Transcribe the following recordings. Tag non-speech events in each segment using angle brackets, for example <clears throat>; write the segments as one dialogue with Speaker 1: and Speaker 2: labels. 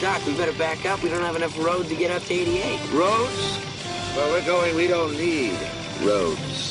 Speaker 1: back. We better back up. We don't have enough road to get up to 88. Roads? Where we're going, we don't need roads.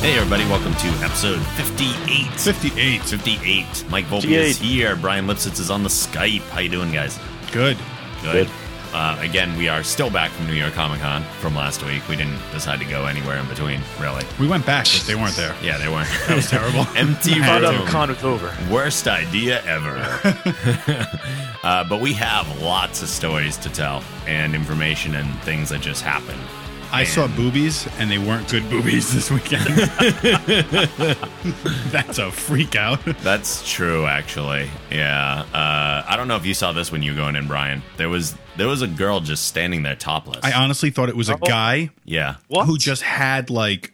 Speaker 2: Hey, everybody, welcome to episode 58.
Speaker 3: 58.
Speaker 2: 58. Mike Volpe
Speaker 4: 58.
Speaker 2: is here. Brian Lipsitz is on the Skype. How you doing, guys?
Speaker 3: Good.
Speaker 2: Good.
Speaker 4: Good.
Speaker 2: Uh, again, we are still back from New York Comic Con from last week. We didn't decide to go anywhere in between, really.
Speaker 3: We went back, but they weren't there.
Speaker 2: Yeah, they weren't.
Speaker 3: <laughs> That was terrible.
Speaker 2: <laughs> Empty
Speaker 4: Found out
Speaker 2: room.
Speaker 4: the con was over.
Speaker 2: Worst idea ever. uh, but we have lots of stories to tell and information and things that just happened.
Speaker 3: I saw boobies, and they weren't good boobies <laughs> this weekend. That's a freak out.
Speaker 2: That's true, actually. Yeah. Uh, I don't know if you saw this when you were going in, Brian. There was there was a girl just standing there topless.
Speaker 3: I honestly thought it was
Speaker 2: Oh,
Speaker 3: a guy
Speaker 2: yeah.
Speaker 4: What?
Speaker 3: who just had like.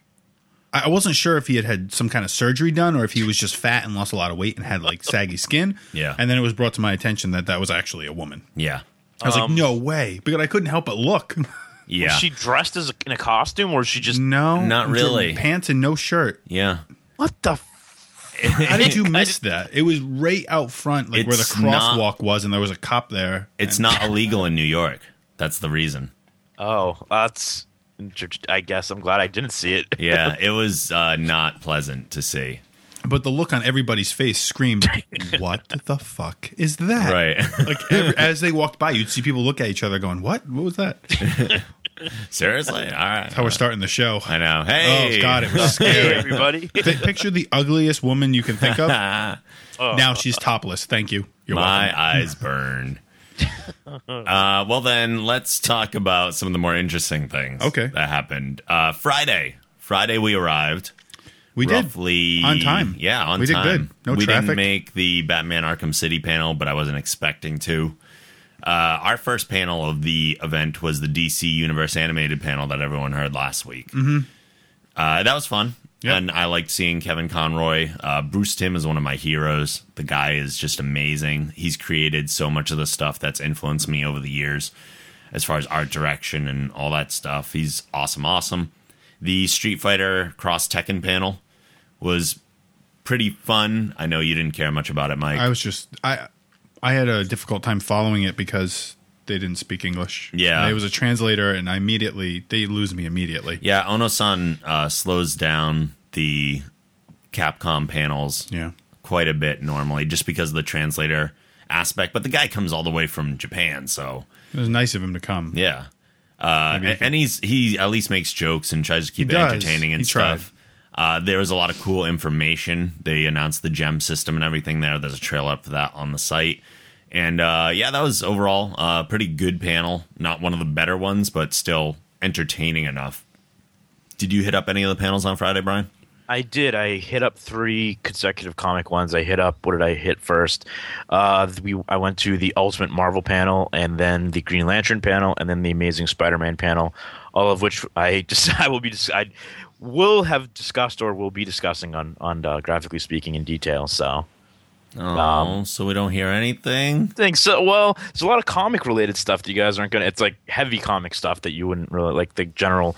Speaker 3: I I wasn't sure if he had had some kind of surgery done or if he was just fat and lost a lot of weight and had like saggy skin.
Speaker 2: Yeah.
Speaker 3: And then it was brought to my attention that that was actually a woman.
Speaker 2: Yeah.
Speaker 3: I was
Speaker 2: Um,
Speaker 3: like, no way. Because I couldn't help but look. <laughs>
Speaker 2: Yeah.
Speaker 4: Was she dressed as a, in a costume, or is she just
Speaker 3: no.
Speaker 2: Not really.
Speaker 3: Pants and no shirt.
Speaker 2: yeah.
Speaker 4: what the? F-
Speaker 3: How
Speaker 2: <laughs>
Speaker 3: did you miss that? It was right out front, like where the
Speaker 2: It's not-
Speaker 3: crosswalk was, and there was a cop there.
Speaker 2: It's
Speaker 3: And-
Speaker 2: not illegal in New York. That's the reason.
Speaker 4: oh, that's. inter- I guess I'm glad I didn't see it. <laughs>
Speaker 3: <laughs>
Speaker 2: Yeah. it was uh, not pleasant to see.
Speaker 3: but the look on everybody's
Speaker 2: <laughs>
Speaker 3: face screamed, "What the fuck is that?"
Speaker 2: Right. <laughs>
Speaker 3: Like every, as they walked by, you'd see people look at each other, going, "What? What was that?"
Speaker 2: <laughs>
Speaker 3: That's
Speaker 2: Seriously? All right.
Speaker 3: how we're starting the show.
Speaker 2: I know. Hey.
Speaker 3: Oh God, it was
Speaker 2: <laughs>
Speaker 4: Hey,
Speaker 3: scary.
Speaker 4: <laughs> everybody.
Speaker 3: Pi- Picture the ugliest woman you can think of.
Speaker 2: <laughs>
Speaker 3: Now she's topless. Thank you. You're
Speaker 2: Oh. My
Speaker 3: welcome.
Speaker 2: eyes
Speaker 3: <laughs>
Speaker 2: burn. uh, well, then let's talk about some of the more interesting things.
Speaker 3: Okay.
Speaker 2: that happened uh, Friday. Friday we arrived.
Speaker 3: We
Speaker 2: roughly
Speaker 3: On time.
Speaker 2: Yeah, on
Speaker 3: We did
Speaker 2: time.
Speaker 3: good. No
Speaker 2: we didn't
Speaker 3: traffic.
Speaker 2: make the Batman Arkham City panel, but I wasn't expecting to. Uh, our first panel of the event was the DC Universe animated panel that everyone heard last week. Mm-hmm. Uh, that was fun.
Speaker 3: Yeah.
Speaker 2: And I liked seeing Kevin Conroy. Uh, Bruce Tim is one of my heroes. The guy is just amazing. He's created so much of the stuff that's influenced me over the years as far as art direction and all that stuff. He's awesome, awesome. The Street Fighter Cross Tekken panel was pretty fun. I know you didn't care much about it, Mike.
Speaker 3: I was just I I had a difficult time following it because they didn't speak English.
Speaker 2: Yeah.
Speaker 3: And it was a translator, and I immediately they lose me immediately.
Speaker 2: yeah, Ono-san uh, slows down the Capcom panels
Speaker 3: Yeah.
Speaker 2: quite a bit normally, just because of the translator aspect. But the guy comes all the way from Japan, so
Speaker 3: It was nice of him to come.
Speaker 2: yeah. Uh, and, and he's he at least makes jokes and tries to keep
Speaker 3: He
Speaker 2: it
Speaker 3: does.
Speaker 2: entertaining and
Speaker 3: He tried.
Speaker 2: stuff. Uh, there was a lot of cool information. They announced the gem system and everything there. There's a trailer up for that on the site. And uh, yeah, that was overall a pretty good panel. Not one of the better ones, but still entertaining enough. Did you hit up any of the panels on Friday, Brian?
Speaker 4: I did. I hit up three consecutive comic ones. I hit up. What did I hit first? Uh, we. I went to the Ultimate Marvel panel, and then the Green Lantern panel, and then the Amazing Spider-Man panel. All of which I <laughs> just I will be dis- I will have discussed or will be discussing on on uh, graphically speaking in detail. So
Speaker 2: Oh,
Speaker 4: Um,
Speaker 2: so we don't hear anything.
Speaker 4: think so. Well, there's a lot of comic related stuff that you guys aren't gonna. It's like heavy comic stuff that you wouldn't really like. The general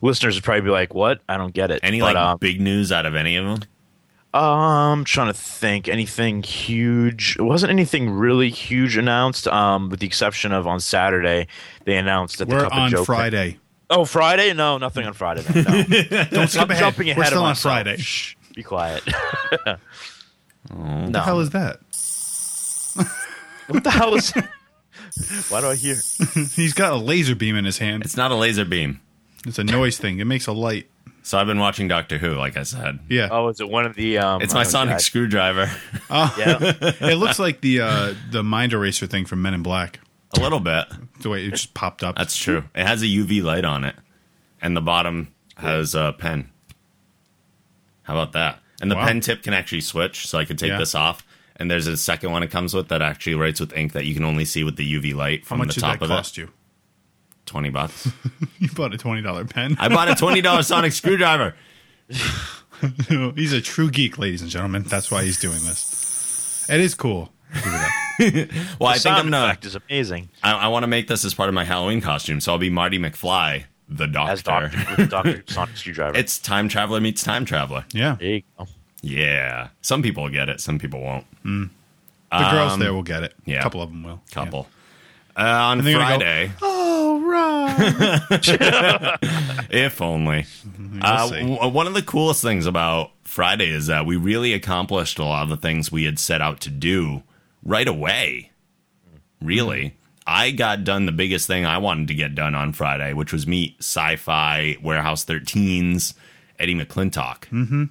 Speaker 4: listeners would probably be like, "What? I don't get it."
Speaker 2: Any
Speaker 4: But,
Speaker 2: like
Speaker 4: um,
Speaker 2: big news out of any of them?
Speaker 4: Um, trying to think. Anything huge? It wasn't anything really huge announced. Um, with the exception of on Saturday, they announced that the
Speaker 3: We're
Speaker 4: Cup
Speaker 3: on
Speaker 4: of Joe
Speaker 3: Friday.
Speaker 4: Oh, Friday? No, nothing on Friday. Then. No.
Speaker 3: <laughs> Don't skip
Speaker 4: I'm
Speaker 3: ahead.
Speaker 4: jumping ahead
Speaker 3: We're
Speaker 4: of
Speaker 3: still on
Speaker 4: myself.
Speaker 3: Friday.
Speaker 4: Shh, be quiet. <laughs>
Speaker 2: Oh,
Speaker 3: What the hell
Speaker 4: no,
Speaker 3: is that?
Speaker 4: what the hell is? <laughs> Why do I hear?
Speaker 3: He's got a laser beam in his hand.
Speaker 2: It's not a laser beam.
Speaker 3: It's a noise thing. It makes a light.
Speaker 2: So I've been watching Doctor Who, like I said.
Speaker 3: Yeah.
Speaker 4: Oh, is it one of the? Um,
Speaker 2: It's my
Speaker 4: oh,
Speaker 2: sonic
Speaker 4: God.
Speaker 2: screwdriver. <laughs>
Speaker 4: Yeah.
Speaker 3: it looks like the uh, the mind eraser thing from Men in Black.
Speaker 2: a little bit.
Speaker 3: The way it just popped up.
Speaker 2: That's true. It has a UV light on it, and the bottom has a pen. How about that? And the
Speaker 3: Wow.
Speaker 2: pen tip can actually switch, so I could take
Speaker 3: Yeah.
Speaker 2: this off. And there's a second one it comes with that actually writes with ink that you can only see with the UV light
Speaker 3: How
Speaker 2: from
Speaker 3: much
Speaker 2: the
Speaker 3: did
Speaker 2: top
Speaker 3: that
Speaker 2: of
Speaker 3: cost
Speaker 2: it.
Speaker 3: you? <laughs>
Speaker 2: Twenty bucks.
Speaker 3: You bought a twenty dollar pen.
Speaker 2: I bought a twenty dollar sonic screwdriver.
Speaker 3: <laughs> he's a true geek, ladies and gentlemen. That's why he's doing this. It is cool.
Speaker 2: Well, I
Speaker 4: the
Speaker 2: think
Speaker 4: sound
Speaker 2: I'm gonna.
Speaker 4: effect is amazing.
Speaker 2: I, I want to make this as part of my Halloween costume, so I'll be Marty McFly, the
Speaker 4: As
Speaker 2: Doctor.
Speaker 4: Doctor,
Speaker 2: <laughs>
Speaker 4: with Doctor Sonic Screwdriver.
Speaker 2: it's time traveler meets time traveler. <laughs>
Speaker 3: Yeah,
Speaker 4: there you go.
Speaker 2: Yeah, some people get it, some people won't.
Speaker 3: the girls there will get it.
Speaker 2: Um, yeah.
Speaker 3: a couple of them will.
Speaker 2: Couple. Uh, on
Speaker 3: And they're gonna go,
Speaker 2: Friday,
Speaker 3: Oh right.
Speaker 2: if only. Uh,
Speaker 3: We'll see.
Speaker 2: w- one of the coolest things about Friday is that we really accomplished a lot of the things we had set out to do right away. Really. I got done the biggest thing I wanted to get done on Friday, which was meet Sci Fi Warehouse 13's Eddie McClintock. Mm-hmm.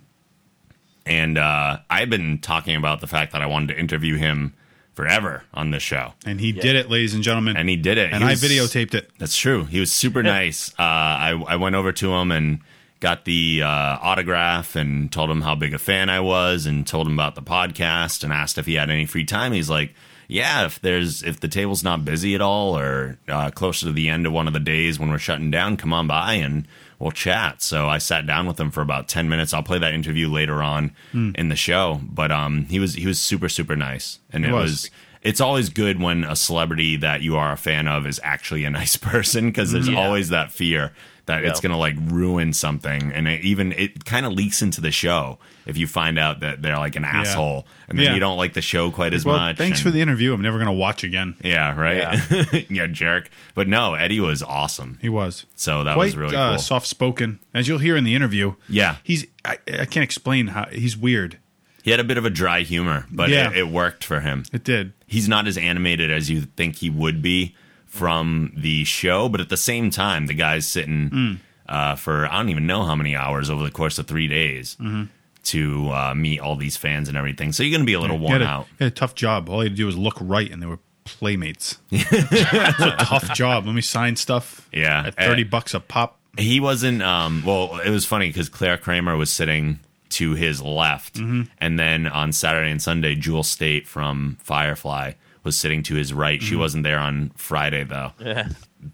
Speaker 2: And uh, I've been talking about the fact that I wanted to interview him forever on this show.
Speaker 3: and he did it, ladies and gentlemen.
Speaker 2: And he did it.
Speaker 3: and
Speaker 2: He
Speaker 3: I
Speaker 2: was-
Speaker 3: videotaped it.
Speaker 2: that's true. He was super nice. Uh, I I went over to him and got the uh, autograph and told him how big a fan I was and told him about the podcast and asked if he had any free time. He's like, "Yeah, if there's if the table's not busy at all or uh, closer to the end of one of the days when we're shutting down, come on by and we'll chat." So I sat down with him for about ten minutes. I'll play that interview later on
Speaker 3: Hmm.
Speaker 2: in the show, but um, he was he was super super nice and
Speaker 3: He
Speaker 2: it
Speaker 3: was.
Speaker 2: was it's always good when a celebrity that you are a fan of is actually a nice <laughs> person because there's always that fear that it's
Speaker 4: Yeah.
Speaker 2: going to like ruin something and it even it kind of leaks into the show if you find out that they're like an asshole and then
Speaker 3: Yeah.
Speaker 2: you don't like the show quite as
Speaker 3: Well,
Speaker 2: much
Speaker 3: thanks for
Speaker 2: and-
Speaker 3: the interview. I'm never going to watch again.
Speaker 2: yeah right <laughs> yeah. jerk but no eddie was awesome
Speaker 3: He was.
Speaker 2: so that
Speaker 3: quite
Speaker 2: was really
Speaker 3: uh,
Speaker 2: cool
Speaker 3: soft spoken, as you'll hear in the interview.
Speaker 2: Yeah.
Speaker 3: he's. I, I can't explain how he's weird.
Speaker 2: he had a bit of a dry humor but
Speaker 3: Yeah.
Speaker 2: it, it worked for him
Speaker 3: It did.
Speaker 2: he's not as animated as you think he would be from the show, but at the same time, the guy's sitting uh, for I don't even know how many hours over the course of three days to uh, meet all these fans and everything. So you're going to be a little
Speaker 3: He
Speaker 2: worn
Speaker 3: had a,
Speaker 2: out.
Speaker 3: he had a tough job. All he had to do was look right, and they were playmates. <laughs> it's a tough job. Let me sign stuff.
Speaker 2: Yeah.
Speaker 3: at thirty
Speaker 2: Eh.
Speaker 3: bucks a pop.
Speaker 2: He wasn't. Um, well, it was funny because Claire Kramer was sitting to his left, and then on Saturday and Sunday, Jewel State from Firefly was sitting to his right. She wasn't there on Friday though.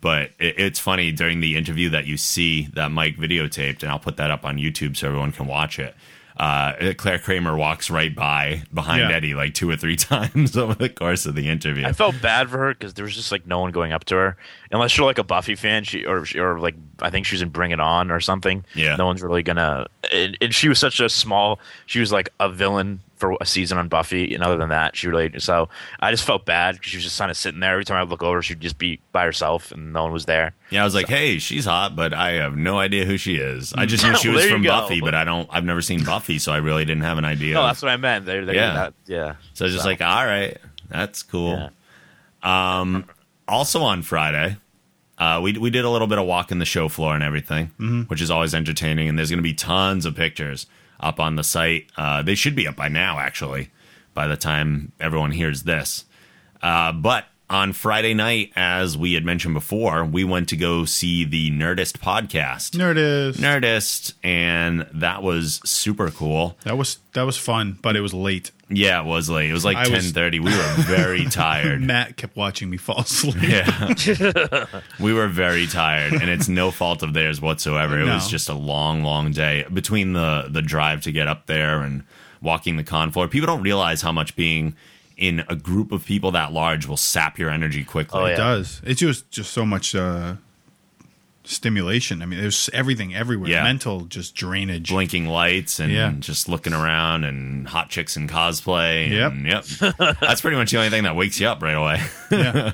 Speaker 2: But it, it's funny during the interview that you see that Mike videotaped, and I'll put that up on YouTube so everyone can watch it. Uh, Claire Kramer walks right by behind
Speaker 3: Yeah.
Speaker 2: Eddie like two or three <laughs> times over the course of the interview.
Speaker 4: I felt bad for her because there was just like no one going up to her, unless you're like a Buffy fan, she or she, or like I think she's in Bring It On or something.
Speaker 2: Yeah.
Speaker 4: no one's really gonna. And, and she was such a small. She was like a villain for a season on Buffy, and other than that, she really. So I just felt bad because she was just kind of sitting there. Every time I would look over, she'd just be by herself, and no one was there.
Speaker 2: Yeah, I was like, "Hey, she's hot, but I have no idea who she is. I
Speaker 4: <laughs>
Speaker 2: just knew she
Speaker 4: Well,
Speaker 2: was
Speaker 4: there you
Speaker 2: from
Speaker 4: go.
Speaker 2: Buffy, but I don't. I've never seen Buffy, so I really didn't have an idea.
Speaker 4: No, that's what I meant. They're, they're
Speaker 2: Yeah.
Speaker 4: Not, yeah.
Speaker 2: so I was just like, all right, that's cool.
Speaker 4: Yeah.
Speaker 2: Um, also on Friday, uh, we we did a little bit of walk in the show floor and everything,
Speaker 3: Mm-hmm.
Speaker 2: which is always entertaining. And there's going to be tons of pictures up on the site. Uh, they should be up by now, actually, by the time everyone hears this. Uh, but on Friday night, as we had mentioned before, we went to go see the Nerdist podcast.
Speaker 3: There it is.
Speaker 2: Nerdist, and that was super cool.
Speaker 3: That was that was fun, but it was late.
Speaker 2: Yeah, it was late. It was like
Speaker 3: I
Speaker 2: ten
Speaker 3: was-
Speaker 2: thirty. We were
Speaker 3: <laughs>
Speaker 2: very tired.
Speaker 3: Matt kept watching me fall <laughs> asleep.
Speaker 2: Yeah, we were very tired, and it's no fault of theirs whatsoever. It
Speaker 3: No.
Speaker 2: was just a long, long day between the the drive to get up there and walking the con floor. People don't realize how much being in a group of people that large will sap your energy quickly.
Speaker 4: Oh,
Speaker 3: It
Speaker 4: yeah.
Speaker 3: does. It's just just so much uh, stimulation. I mean, there's everything everywhere.
Speaker 2: Yeah.
Speaker 3: Mental just drainage.
Speaker 2: Blinking lights and
Speaker 3: Yeah.
Speaker 2: just looking around and hot chicks in cosplay.
Speaker 3: Yep.
Speaker 2: And, yep. That's pretty much the only thing that wakes you up right away. <laughs>
Speaker 3: Yeah.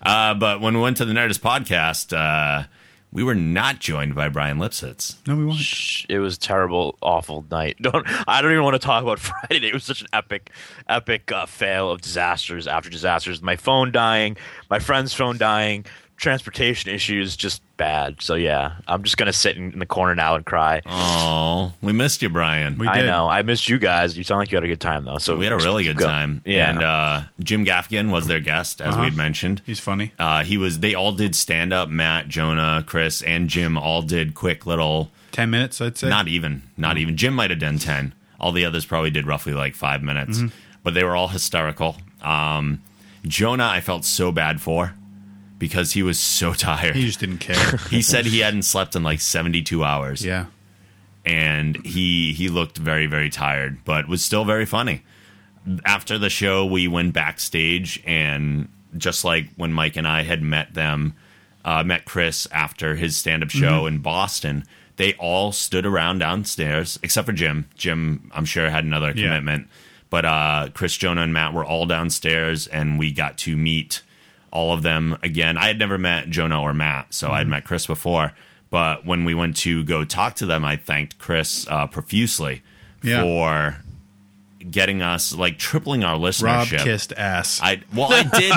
Speaker 2: Uh, but when we went to the Nerdist podcast, uh, we were not joined by Brian Lipsitz.
Speaker 3: No, we won't.
Speaker 4: Sh- It was a terrible, awful night. <laughs> Don't I don't even want to talk about <laughs> Friday. It was such an epic, epic uh, fail of disasters after disasters. My phone dying, my friend's phone dying, transportation issues just bad. So yeah, I'm just gonna sit in, in the corner now and cry.
Speaker 2: Oh, we missed you, Brian.
Speaker 3: We-
Speaker 2: We,
Speaker 4: I
Speaker 3: did.
Speaker 4: know. I missed you guys. You sound like you had a good time though. So
Speaker 2: had a really good
Speaker 4: go.
Speaker 2: time.
Speaker 4: Yeah.
Speaker 2: And uh, Jim Gaffigan was their guest, as
Speaker 3: Uh-huh.
Speaker 2: we had mentioned.
Speaker 3: He's funny.
Speaker 2: Uh, he was. They all did stand up. Matt, Jonah, Chris, and Jim all did quick little.
Speaker 3: Ten minutes, I'd say.
Speaker 2: Not even. Not even. Jim might have done ten. All the others probably did roughly like five minutes.
Speaker 3: Mm-hmm.
Speaker 2: But they were all hysterical. Um, Jonah, I felt so bad for because he was so <laughs> tired.
Speaker 3: he just
Speaker 2: <laughs>
Speaker 3: didn't care.
Speaker 2: he said he hadn't slept in like 72 hours
Speaker 3: yeah.
Speaker 2: and he he looked very very tired but was still very funny after the show we went backstage and just like when mike and i had met them uh, met chris after his stand-up
Speaker 3: Mm-hmm.
Speaker 2: show in boston they all stood around downstairs except for jim jim i'm sure had another
Speaker 3: Yeah.
Speaker 2: commitment but uh, chris jonah and matt were all downstairs and we got to meet all of them again i had never met jonah or matt so i
Speaker 3: Mm-hmm.
Speaker 2: had met chris before but when we went to go talk to them i thanked chris uh, profusely
Speaker 3: Yeah.
Speaker 2: for getting us like tripling our
Speaker 3: Rob
Speaker 2: listenership.
Speaker 3: kissed ass.
Speaker 2: I well, I did,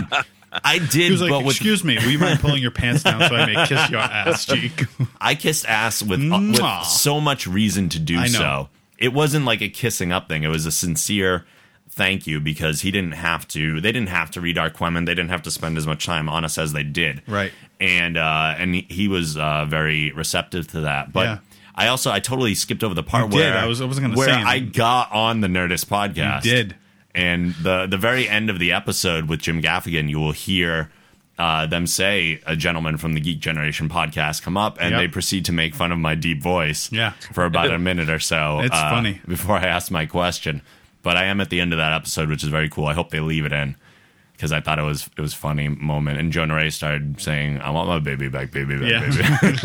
Speaker 2: I did,
Speaker 3: <laughs> he was like,
Speaker 2: but with
Speaker 3: "Excuse me, we mind pulling your pants down so I may
Speaker 2: <laughs>
Speaker 3: kiss your ass cheek."
Speaker 2: I kissed ass with, uh,
Speaker 3: Mwah.
Speaker 2: with so much reason to do
Speaker 3: I know.
Speaker 2: so. It wasn't like a kissing up thing. It was a sincere thank you because he didn't have to. They didn't have to read our Quemen. They didn't have to spend as much time on us as they did.
Speaker 3: Right.
Speaker 2: And uh, and he, he was uh, very receptive to that. But
Speaker 3: Yeah.
Speaker 2: I also I totally skipped over the part
Speaker 3: You did.
Speaker 2: where
Speaker 3: I was- I wasn't gonna
Speaker 2: where
Speaker 3: say
Speaker 2: I
Speaker 3: anything.
Speaker 2: got on the Nerdist podcast.
Speaker 3: You did.
Speaker 2: And the the very end of the episode with Jim Gaffigan, you will hear uh, them say a gentleman from the Geek Generation podcast come up, and
Speaker 3: Yep.
Speaker 2: they proceed to make fun of my deep voice.
Speaker 3: Yeah.
Speaker 2: for about a minute or so.
Speaker 3: <laughs>
Speaker 2: uh,
Speaker 3: It's funny.
Speaker 2: before I ask my question, but I am at the end of that episode, which is very cool. I hope they leave it in because I thought it was it was a funny moment. And Jonah Ray started saying, "I want my baby back, baby back,
Speaker 3: Yeah. <laughs>
Speaker 2: baby."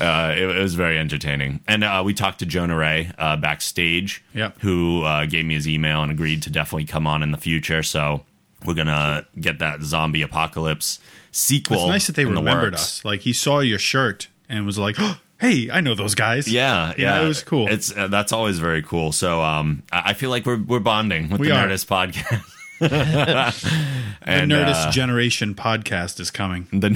Speaker 2: uh, it, it was very entertaining. And uh, we talked to Jonah Ray uh, backstage,
Speaker 3: Yep.
Speaker 2: who uh, gave me his email and agreed to definitely come on in the future. So we're gonna get that zombie apocalypse sequel.
Speaker 3: It's nice that they
Speaker 2: in the
Speaker 3: remembered
Speaker 2: works.
Speaker 3: us. Like he saw your shirt and was like, "Oh, "Hey, I know those guys."
Speaker 2: Yeah,
Speaker 3: You know,
Speaker 2: yeah,
Speaker 3: it was cool.
Speaker 2: It's uh, that's always very cool. So um, I, I feel like we're we're bonding with
Speaker 3: We
Speaker 2: the
Speaker 3: are.
Speaker 2: Nerdist podcast. <laughs>
Speaker 3: the
Speaker 2: and,
Speaker 3: Nerdist
Speaker 2: uh, Mm.
Speaker 3: Generation podcast is coming.
Speaker 2: the,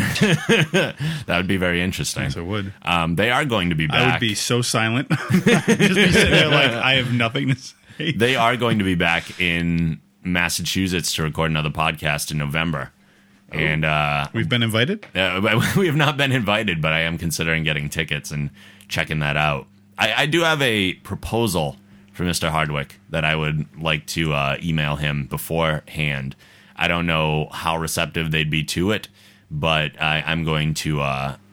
Speaker 2: <laughs> that would be very interesting.
Speaker 3: So it would.
Speaker 2: Um, they are going to be
Speaker 3: I
Speaker 2: back.
Speaker 3: would be
Speaker 2: <laughs>
Speaker 3: so silent. <laughs> Just be sitting there like I have nothing to
Speaker 2: <laughs>
Speaker 3: say.
Speaker 2: they are going to be back in Massachusetts to record another podcast in November. And uh,
Speaker 3: We've been invited.
Speaker 2: uh, <laughs> we have not been invited, but I am considering getting tickets and checking that out. I, I do have a proposal for Mr. Hardwick that I would like to uh, email him beforehand. I don't know how receptive they'd be to it, but I, I'm going to. Uh,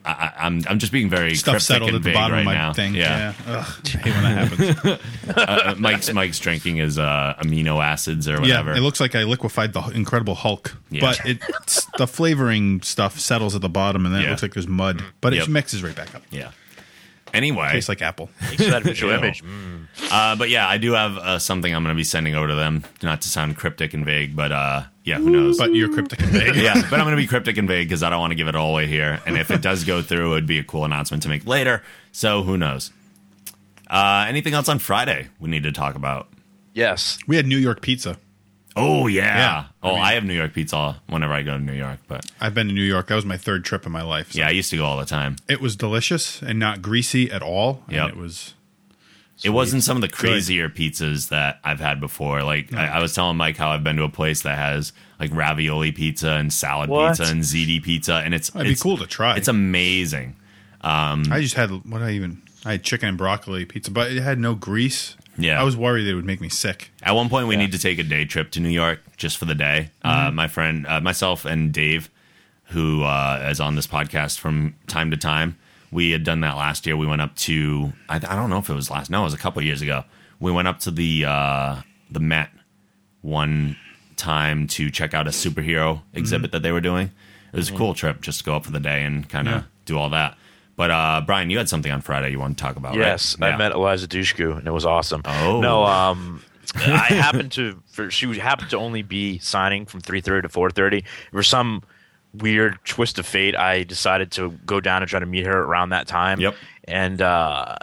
Speaker 2: I- I, I'm I'm just being very
Speaker 3: Stuff
Speaker 2: cryptic
Speaker 3: settled
Speaker 2: and
Speaker 3: at the
Speaker 2: vague
Speaker 3: bottom
Speaker 2: right
Speaker 3: of my
Speaker 2: now.
Speaker 3: thing.
Speaker 2: yeah.
Speaker 3: Ugh, I hate when that happens.
Speaker 2: Uh, Mike's Mike's drinking his uh, amino acids or whatever.
Speaker 3: Yeah, it looks like I liquefied the Incredible Hulk,
Speaker 2: Yeah.
Speaker 3: but it's the flavoring stuff settles at the bottom, and then
Speaker 2: Yeah.
Speaker 3: it looks like there's mud, but it
Speaker 2: Yep.
Speaker 3: mixes right back up.
Speaker 2: yeah. Anyway,
Speaker 3: Tastes like apple. <laughs>
Speaker 4: Thanks for that
Speaker 2: <laughs>
Speaker 4: visual
Speaker 2: Ew.
Speaker 4: image.
Speaker 2: uh, but yeah, I do have uh, something I'm going to be sending over to them. Not to sound cryptic and vague, but uh, yeah, who knows?
Speaker 3: But you're cryptic and
Speaker 2: <laughs>
Speaker 3: vague.
Speaker 2: yeah, but I'm going to be cryptic and vague because I don't want to give it all away here. And if it does go through, it would be a cool announcement to make later. So who knows? Uh, anything else on Friday we need to talk about?
Speaker 4: Yes.
Speaker 3: We had New York pizza.
Speaker 2: Oh yeah.
Speaker 3: Yeah,
Speaker 2: oh, I, have New York pizza whenever I go to New York, but
Speaker 3: I've been to New York. That was my third trip in my life. so
Speaker 2: yeah, I used to go all the time.
Speaker 3: It was delicious and not greasy at all. and
Speaker 2: Yep.
Speaker 3: It was
Speaker 2: It wasn't some of the crazier pizzas that I've had before. Like
Speaker 3: Mm.
Speaker 2: I, I was telling Mike how I've been to a place that has like ravioli pizza and salad
Speaker 4: What?
Speaker 2: pizza and ziti pizza, and it's
Speaker 3: it'd be
Speaker 2: it's-
Speaker 3: cool to try.
Speaker 2: It's amazing. Mm.
Speaker 3: I just had what did I even I had chicken and broccoli pizza, but it had no grease.
Speaker 2: Yeah.
Speaker 3: I was worried it would make me sick.
Speaker 2: At one point, we need to take a day trip to New York just for the day.
Speaker 4: Mm-hmm.
Speaker 2: Uh, my friend, uh, myself, and Dave, who uh, is on this podcast from time to time, we had done that last year. We went up to I, I don't know if it was last. No, it was a couple years ago. We went up to the uh, the Met one time to check out a superhero
Speaker 4: Mm-hmm.
Speaker 2: exhibit that they were doing. It was a cool trip just to go up for the day and kind of
Speaker 3: Yeah.
Speaker 2: do all that. But uh, Brian, you had something on Friday you want to talk about? right?
Speaker 4: Yes,
Speaker 2: Yeah.
Speaker 4: I met Eliza Dushku, and it was awesome.
Speaker 2: Oh.
Speaker 4: no, um, I happened to for, she happened to only be signing from three thirty to four thirty. For some weird twist of fate, I decided to go down and try to meet her around that time.
Speaker 2: Yep.
Speaker 4: And uh,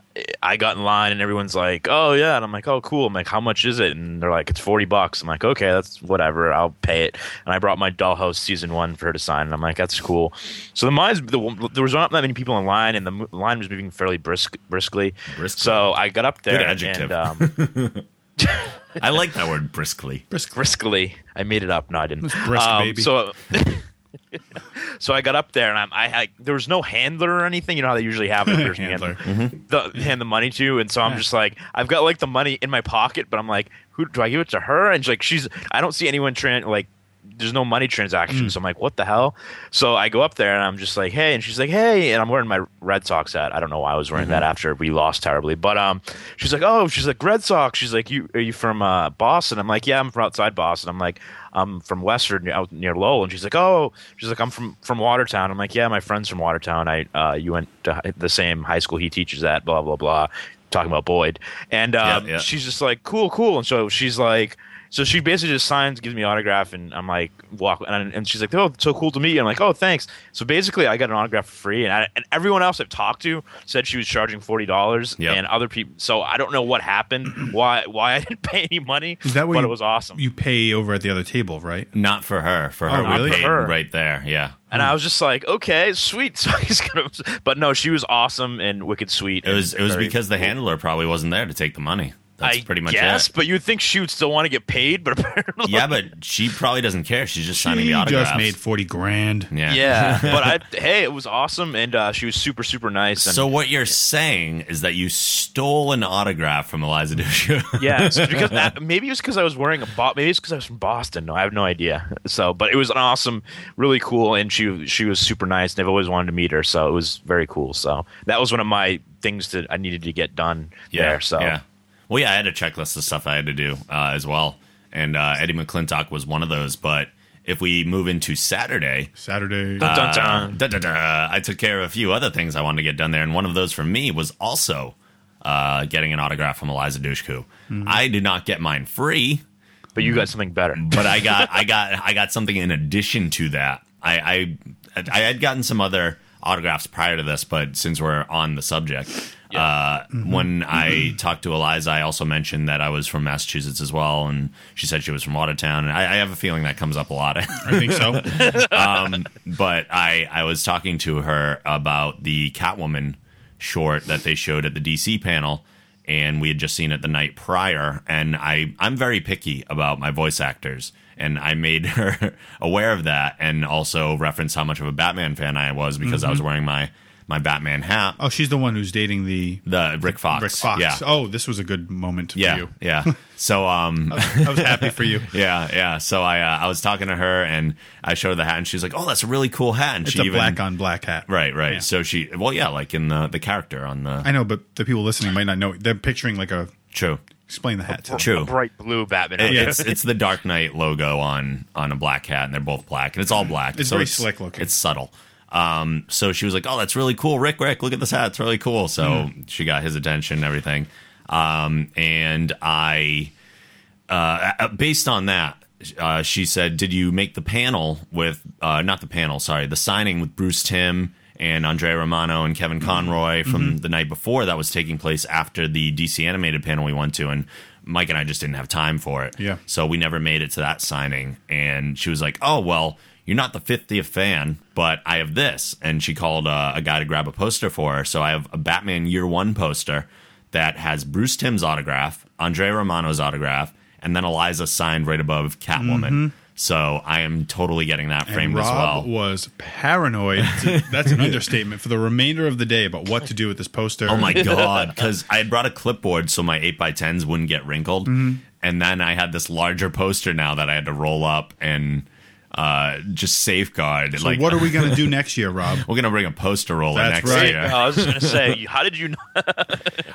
Speaker 4: I got in line, and everyone's like, "Oh yeah," and I'm like, "Oh cool." I'm like, "How much is it?" And they're like, "It's forty bucks." I'm like, "Okay, that's whatever. I'll pay it." And I brought my Dollhouse season one for her to sign, and I'm like, "That's cool." So the mine's the, there was not that many people in line, and the mo- line was moving fairly brisk, briskly.
Speaker 2: Briskly.
Speaker 4: So I got up there,
Speaker 2: Good adjective.
Speaker 4: and um,
Speaker 2: I like that word
Speaker 4: <laughs>
Speaker 2: briskly.
Speaker 4: briskly, I made it up. No, I didn't.
Speaker 3: brisk, baby.
Speaker 4: So. So I got up there and I'm, I, I there was no handler or anything. You know how they usually have
Speaker 3: <laughs>
Speaker 4: the person you hand-
Speaker 3: Handler.
Speaker 4: the, hand the money to, and so I'm just like I've got like the money in my pocket, but I'm like, who do I give it to her? And she's like she's I don't see anyone tran like there's no money transaction,
Speaker 3: Mm.
Speaker 4: so I'm like, what the hell? So I go up there and I'm just like, hey, and she's like, hey, and I'm wearing my Red Sox hat. I don't know why I was wearing that after we lost terribly, but um, she's like, oh, she's like Red Sox. She's like, you are you from uh, Boston? I'm like, yeah, I'm from outside Boston. I'm like, I'm from Westford near, out near Lowell, and she's like, oh, she's like, I'm from from Watertown. I'm like, yeah, my friend's from Watertown. I uh, you went to hi- the same high school he teaches at, blah blah blah. Talking about Boyd, and um,
Speaker 2: Yeah, yeah.
Speaker 4: she's just like, cool, cool, and so she's like. So she basically just signs, gives me an autograph, and I'm like, walk. And, and she's like, oh, it's so cool to meet you. I'm like, oh, thanks. So basically, I got an autograph for free, and, I, and everyone else I've talked to said she was charging forty dollars,
Speaker 2: Yep.
Speaker 4: and other people. So I don't know what happened, <clears throat> why why I didn't pay any money,
Speaker 3: Is that what
Speaker 4: but
Speaker 3: you,
Speaker 4: it was awesome.
Speaker 3: You pay over at the other table, right?
Speaker 2: Not for her. For her,
Speaker 3: Oh, really?
Speaker 2: we paid
Speaker 4: Her.
Speaker 2: right there. Yeah,
Speaker 4: and I was just like, okay, sweet. <laughs> So he's gonna, but no, she was awesome and wicked sweet.
Speaker 2: it was. It was because the handler probably wasn't there to take the money. That's
Speaker 4: I
Speaker 2: pretty much
Speaker 4: guess,
Speaker 2: it.
Speaker 4: but you'd think she would still want to get paid, but <laughs> apparently,
Speaker 2: Yeah, but she probably doesn't care. She's just signing
Speaker 3: She
Speaker 2: the autographs.
Speaker 3: just made forty grand.
Speaker 2: yeah.
Speaker 4: yeah. but I,
Speaker 2: <laughs>
Speaker 4: hey, it was awesome, and uh, she was super, super nice. And
Speaker 2: So
Speaker 4: <laughs>
Speaker 2: what you're saying is that you stole an autograph from Eliza
Speaker 4: <laughs>
Speaker 2: Dushku.
Speaker 4: Yes, because that, maybe it was because I was wearing a bo- maybe it's because I was from Boston. No, I have no idea. So, but it was an awesome, really cool, and she she was super nice, and I've always wanted to meet her, so it was very cool. So that was one of my things that I needed to get done there.
Speaker 2: <laughs>
Speaker 4: So
Speaker 2: yeah. Well, yeah, I had a checklist of stuff I had to do uh, as well, and uh, Eddie McClintock was one of those. But if we move into Saturday,
Speaker 3: Saturday.
Speaker 4: Dun, dun,
Speaker 2: uh,
Speaker 4: dun.
Speaker 2: da, da, da, I took care of a few other things I wanted to get done there, and one of those for me was also uh, getting an autograph from Eliza Dushku. I did not get mine free,
Speaker 4: but you got something better.
Speaker 2: but I got I got I got something in addition to that. I I, I had gotten some other autographs prior to this, but since we're on the subject, uh, when I talked to Eliza, I also mentioned that I was from Massachusetts as well, and she said she was from Watertown, and I, I have a feeling that comes up a lot. <laughs>
Speaker 3: I think so.
Speaker 2: um, but I I was talking to her about the Catwoman short that they showed at the DC panel, and we had just seen it the night prior. And I I'm very picky about my voice actors, and I made <laughs> her aware of that, and also referenced how much of a Batman fan I was because I was wearing my my Batman hat,
Speaker 3: Mm-hmm. oh, she's the one who's dating the
Speaker 2: the Rick Fox,
Speaker 3: Rick Fox.
Speaker 2: yeah.
Speaker 3: Oh, this was a good moment for
Speaker 2: yeah,
Speaker 3: you. <laughs>
Speaker 2: yeah. So, um,
Speaker 3: I was happy for
Speaker 2: <laughs>
Speaker 3: you.
Speaker 2: yeah, yeah. So I, uh, I was talking to her, and I showed her the hat, and she's like, "Oh, that's a really cool hat." And
Speaker 3: It's
Speaker 2: she
Speaker 3: a
Speaker 2: even,
Speaker 3: black on black hat.
Speaker 2: Right, right.
Speaker 3: Yeah.
Speaker 2: So she, well, yeah, like in the the character on the
Speaker 3: I know, but the people listening might not know. They're picturing like a
Speaker 2: true,
Speaker 3: explain the hat. To them.
Speaker 2: true.
Speaker 4: bright blue Batman.
Speaker 2: It- It's it's the Dark Knight logo on on a black hat, and they're both black, and it's all black.
Speaker 3: It's very slick looking.
Speaker 2: It's subtle. Um, so she was like, "Oh, that's really cool, Rick. Rick, look at this hat. It's really cool." So
Speaker 3: Hmm.
Speaker 2: she got his attention and everything. Um, and I, uh, uh, based on that, uh, she said, "Did you make the panel with uh, not the panel? Sorry, the signing with Bruce Tim and Andre Romano and Kevin Conroy from the night before that was taking place after the DC animated panel we went to, and Mike and I just didn't have time for it.
Speaker 3: Yeah.
Speaker 2: so we never made it to that signing. And she was like, "Oh well." You're not the 50th fan, but I have this. And she called uh, a guy to grab a poster for her. So I have a Batman Year One poster that has Bruce Timm's autograph, Andre Romano's autograph, and then Eliza signed right above Catwoman. So I am totally getting that
Speaker 3: Mm-hmm. And
Speaker 2: framed as
Speaker 3: Rob
Speaker 2: well.
Speaker 3: was
Speaker 2: <laughs>
Speaker 3: paranoid. That's an understatement for the remainder of the day about what to do with this poster.
Speaker 2: Oh
Speaker 3: <laughs>
Speaker 2: my god! Because I had brought a clipboard so my eight by tens wouldn't get wrinkled,
Speaker 3: Mm-hmm.
Speaker 2: and then I had this larger poster now that I had to roll up and uh, just safeguard.
Speaker 3: So
Speaker 2: like,
Speaker 3: what are we going to do next year,
Speaker 2: <laughs>
Speaker 3: Rob?
Speaker 2: We're gonna bring a poster roller
Speaker 3: That's
Speaker 2: next
Speaker 3: right.
Speaker 2: year.
Speaker 4: oh, I was just gonna say, you- how did you? know?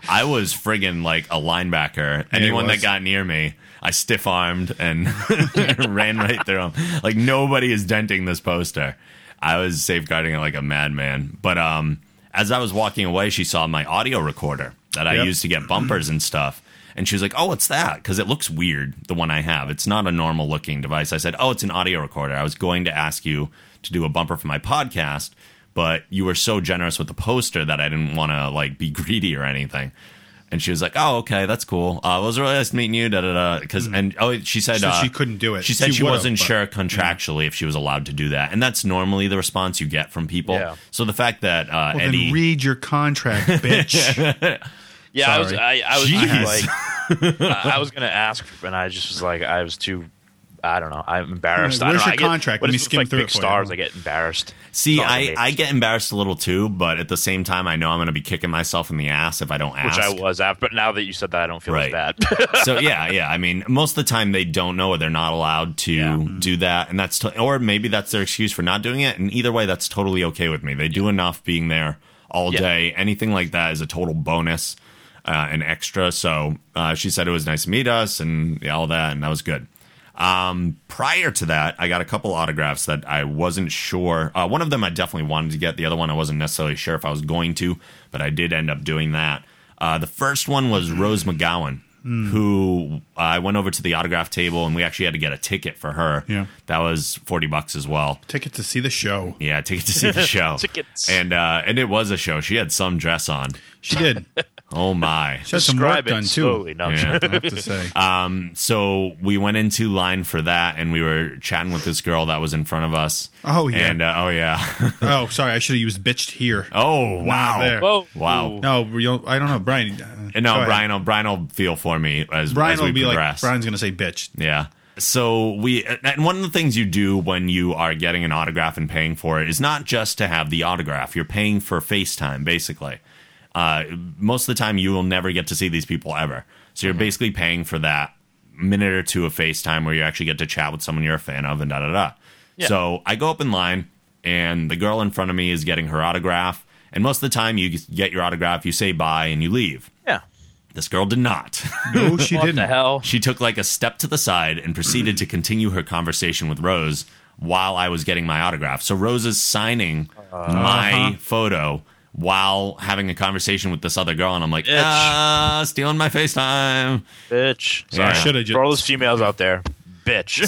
Speaker 2: I was friggin' like a linebacker. Anyone that
Speaker 3: was.
Speaker 2: got near me, I stiff armed and <laughs> ran right through them. Like nobody is denting this poster. I was safeguarding it like a madman. But um, as I was walking away, she saw my audio recorder that I
Speaker 3: Yep.
Speaker 2: used to get bumpers and stuff. And she was like, "Oh, what's that?" Because it looks weird. The one I have, it's not a normal looking device. I said, "Oh, it's an audio recorder." I was going to ask you to do a bumper for my podcast, but you were so generous with the poster that I didn't want to like be <laughs> greedy or anything. And she was like, "Oh, okay, that's cool. Uh, it was really nice meeting you." Da da da. Because and oh, she said
Speaker 3: Mm. So
Speaker 2: uh,
Speaker 3: she couldn't do it.
Speaker 2: She said
Speaker 3: She
Speaker 2: she,
Speaker 3: would've,
Speaker 2: wasn't
Speaker 3: but-
Speaker 2: sure contractually if she was allowed to do that, and that's normally the response you get from people.
Speaker 4: Yeah.
Speaker 2: So the fact that uh,
Speaker 3: Well,
Speaker 2: Eddie
Speaker 3: then read your
Speaker 2: <laughs>
Speaker 3: contract, bitch.
Speaker 4: Yeah, I was.
Speaker 3: Sorry.
Speaker 4: I, I was
Speaker 2: Jeez.
Speaker 4: like, I, I was gonna ask, and I just was like, I was too. I don't know. I'm embarrassed.
Speaker 3: Where's
Speaker 4: I don't know.
Speaker 3: your
Speaker 4: I get-
Speaker 3: contract?
Speaker 4: when
Speaker 3: Let me
Speaker 4: it's just,
Speaker 3: skim
Speaker 4: like
Speaker 3: through
Speaker 4: big
Speaker 3: it for you.
Speaker 4: stars. I get embarrassed.
Speaker 2: See,
Speaker 4: Not
Speaker 2: I,
Speaker 4: amazed,
Speaker 2: I get embarrassed a little too, but at the same time, I know I'm going to be kicking myself in the ass if I don't
Speaker 4: which
Speaker 2: ask.
Speaker 4: I <laughs> was after. But now that you said that, I don't feel
Speaker 2: Right.
Speaker 4: as bad.
Speaker 2: so yeah, yeah. I mean, most of the time they don't know or they're not allowed to
Speaker 4: Mm-hmm.
Speaker 2: do that, and that's to- or maybe that's their excuse for not doing it. And either way, that's totally okay with me. They do enough being there all
Speaker 4: Yeah.
Speaker 2: day. Anything like that is a total bonus uh, and extra. So uh, she said it was nice to meet us and yeah, all that, and that was good. Um, prior to that, I got a couple autographs that I wasn't sure. Uh, one of them I definitely wanted to get. The other one I wasn't necessarily sure if I was going to, but I did end up doing that. Uh, the first one was Rose McGowan,
Speaker 3: Hmm.
Speaker 2: who I went over to the autograph table and we actually had to get a ticket for her.
Speaker 3: Yeah.
Speaker 2: That was 40 bucks as well.
Speaker 3: Ticket to see the show.
Speaker 2: Yeah, ticket to see
Speaker 3: <laughs>
Speaker 2: the show.
Speaker 4: Tickets.
Speaker 2: And, uh, and it was a show. She had some dress on.
Speaker 3: She did.
Speaker 2: Oh
Speaker 3: <laughs>
Speaker 2: my.
Speaker 3: She had some work
Speaker 4: Describe it
Speaker 3: done too.
Speaker 4: slowly. No, I'm
Speaker 2: Yeah.
Speaker 3: I have to say.
Speaker 2: so we went into line for that and we were chatting with this girl that was in front of us.
Speaker 3: Oh, yeah.
Speaker 2: And uh, oh yeah. <laughs>
Speaker 3: oh, sorry. I should have used bitched here.
Speaker 2: oh wow.
Speaker 3: there.
Speaker 4: Whoa.
Speaker 2: Wow.
Speaker 4: Ooh.
Speaker 3: No, we don't- I don't know, Brian. uh,
Speaker 2: And no,
Speaker 3: go ahead.
Speaker 2: Brian will Brian will feel for me as,
Speaker 3: Brian
Speaker 2: as we
Speaker 3: will be
Speaker 2: progress.
Speaker 3: like, Brian's going to say
Speaker 4: <laughs>
Speaker 3: bitch.
Speaker 2: Yeah. So we and one of the things you do when you are getting an autograph and paying for it is not just to have the autograph. You're paying for FaceTime basically. Uh, most of the time, you will never get to see these people ever. So you're basically paying for that minute or two of FaceTime where you actually get to chat with someone you're a fan of and da da da.
Speaker 4: Yeah.
Speaker 2: So I go up in line, and the girl in front of me is getting her autograph. And most of the time, you get your autograph, you say bye, and you leave.
Speaker 4: Yeah.
Speaker 2: This girl did not. <laughs>
Speaker 3: No, she
Speaker 4: What
Speaker 3: didn't.
Speaker 4: the hell?
Speaker 2: She took like a step to the side and proceeded to continue her conversation with Rose while I was getting my autograph. So Rose is signing my photo while having a conversation with this other girl, and I'm like,
Speaker 4: Bitch.
Speaker 2: ah, stealing my FaceTime.
Speaker 4: Bitch.
Speaker 2: Yeah.
Speaker 4: Sorry.
Speaker 2: I
Speaker 3: shoulda just-
Speaker 4: For all those females out there, bitch.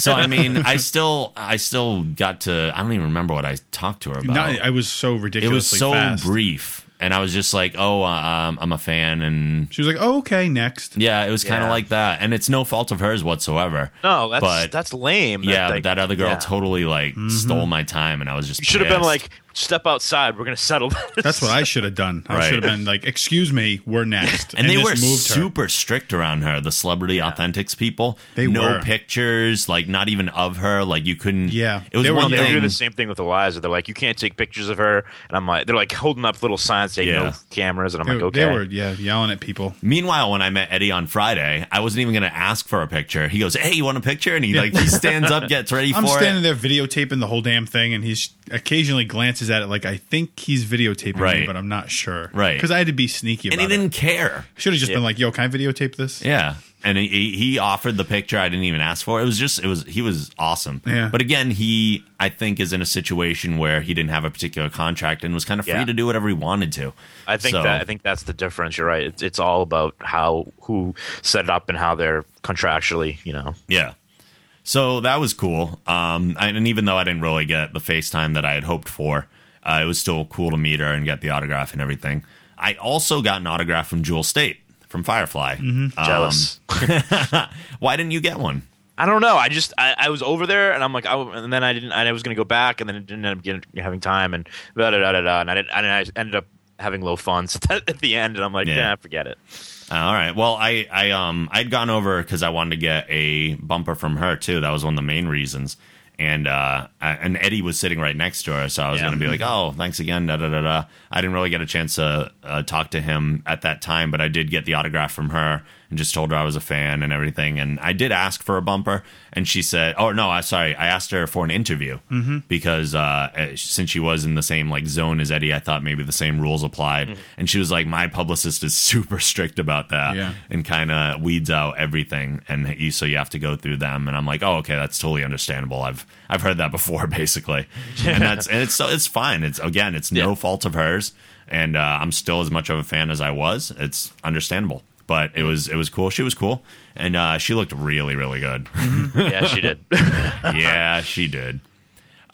Speaker 3: <laughs>
Speaker 2: So I mean, I still, I still got to. I don't even remember what I talked to her about.
Speaker 3: No, I was so
Speaker 2: it
Speaker 3: ridiculously
Speaker 2: was so
Speaker 3: fast.
Speaker 2: brief, and I was just like, oh, uh, um, I'm a fan, and
Speaker 3: She was like, oh, okay, next.
Speaker 2: yeah, it was kind of
Speaker 4: Yeah.
Speaker 2: like that, and it's no fault of hers whatsoever.
Speaker 4: no, that's
Speaker 2: but-
Speaker 4: that's lame.
Speaker 2: yeah,
Speaker 4: like,
Speaker 2: but that other girl
Speaker 4: yeah.
Speaker 2: totally like
Speaker 3: Mm-hmm.
Speaker 2: stole my time, and I was just
Speaker 4: You should have been
Speaker 2: pissed.
Speaker 4: like, step outside. We're gonna settle <laughs> this.
Speaker 3: That's what I should have done. I
Speaker 2: Right.
Speaker 3: should have been like, excuse me, we're next.
Speaker 2: <laughs> and, they
Speaker 3: just
Speaker 2: were
Speaker 3: moved her.
Speaker 2: super strict around her. The celebrity authentics people,
Speaker 3: They
Speaker 2: no
Speaker 3: were.
Speaker 2: pictures, like not even of her. Like you couldn't.
Speaker 3: Yeah.
Speaker 2: it was
Speaker 3: They were-
Speaker 2: one
Speaker 4: They
Speaker 2: thing.
Speaker 4: do the same thing with Eliza. They're like, you can't take pictures of her, and I'm like, they're like holding up little signs saying
Speaker 2: Yeah.
Speaker 4: no cameras, and I'm
Speaker 3: They,
Speaker 4: like,
Speaker 3: they
Speaker 4: okay,
Speaker 3: were, yeah, yelling at people.
Speaker 2: Meanwhile, when I met Eddie on Friday, I wasn't even going to ask for a picture. He goes, "Hey, you want a picture?" And he like he stands up, gets ready
Speaker 3: <laughs> I'm
Speaker 2: for it.
Speaker 3: standing there videotaping the whole damn thing, and he's occasionally glances at it like, I think he's videotaping
Speaker 2: Right.
Speaker 3: me, but I'm not sure.
Speaker 2: Right.
Speaker 3: Because I had to be sneaky
Speaker 2: And
Speaker 3: about
Speaker 2: he didn't care.
Speaker 3: Should have just
Speaker 4: Yeah.
Speaker 3: been like, yo, can I videotape this?
Speaker 2: Yeah. And he- he, he offered the picture I didn't even ask for. It was just it was he was awesome.
Speaker 3: Yeah.
Speaker 2: But again, he I think is in a situation where he didn't have a particular contract and was kind of free
Speaker 4: Yeah.
Speaker 2: to do whatever he wanted to.
Speaker 4: I think
Speaker 2: So-
Speaker 4: that I think that's the difference. You're right. It's, it's all about how who set it up and how they're contractually, you know.
Speaker 2: Yeah. So that was cool. Um, and and even though I didn't really get the FaceTime that I had hoped for, uh, it was still cool to meet her and get the autograph and everything. I also got an autograph from Jewel State from Firefly. Mm-hmm. <laughs>
Speaker 4: Jealous.
Speaker 3: Um,
Speaker 2: why didn't you get one?
Speaker 4: <laughs> I don't know. I just I, I was over there and I'm like, I, and then I didn't. I was gonna go back and then it didn't end up getting, having time and da da da da da. And I didn't. And I ended up having low funds <laughs> at the end. And I'm like,
Speaker 2: Yeah.
Speaker 4: yeah, forget it.
Speaker 2: Uh, all right. Well, I I um I'd gone over because I wanted to get a bumper from her too. That was one of the main reasons. And uh I, and Eddie was sitting right next to her, so I was
Speaker 4: Yeah.
Speaker 2: gonna be like, oh, thanks again. Da da da da. I didn't really get a chance to uh, talk to him at that time, but I did get the autograph from her and just told her I was a fan and everything. And I did ask for a bumper, and she said, oh no, I sorry, I asked her for an interview because uh, uh, since she was in the same like zone as Eddie, I thought maybe the same rules applied. And she was like, my publicist is <laughs> super strict about that
Speaker 3: Yeah.
Speaker 2: and kind of weeds out everything and you so you have to go through them and i'm like oh okay that's totally understandable i've i've heard that before <laughs> basically and that's and it's so it's fine it's again it's no
Speaker 4: Yeah.
Speaker 2: fault of hers and uh, i'm still as much of a fan as i was it's understandable but it was it was cool she was cool and
Speaker 4: <laughs>
Speaker 2: uh, she looked really really good
Speaker 4: Yeah, she did.
Speaker 2: yeah she did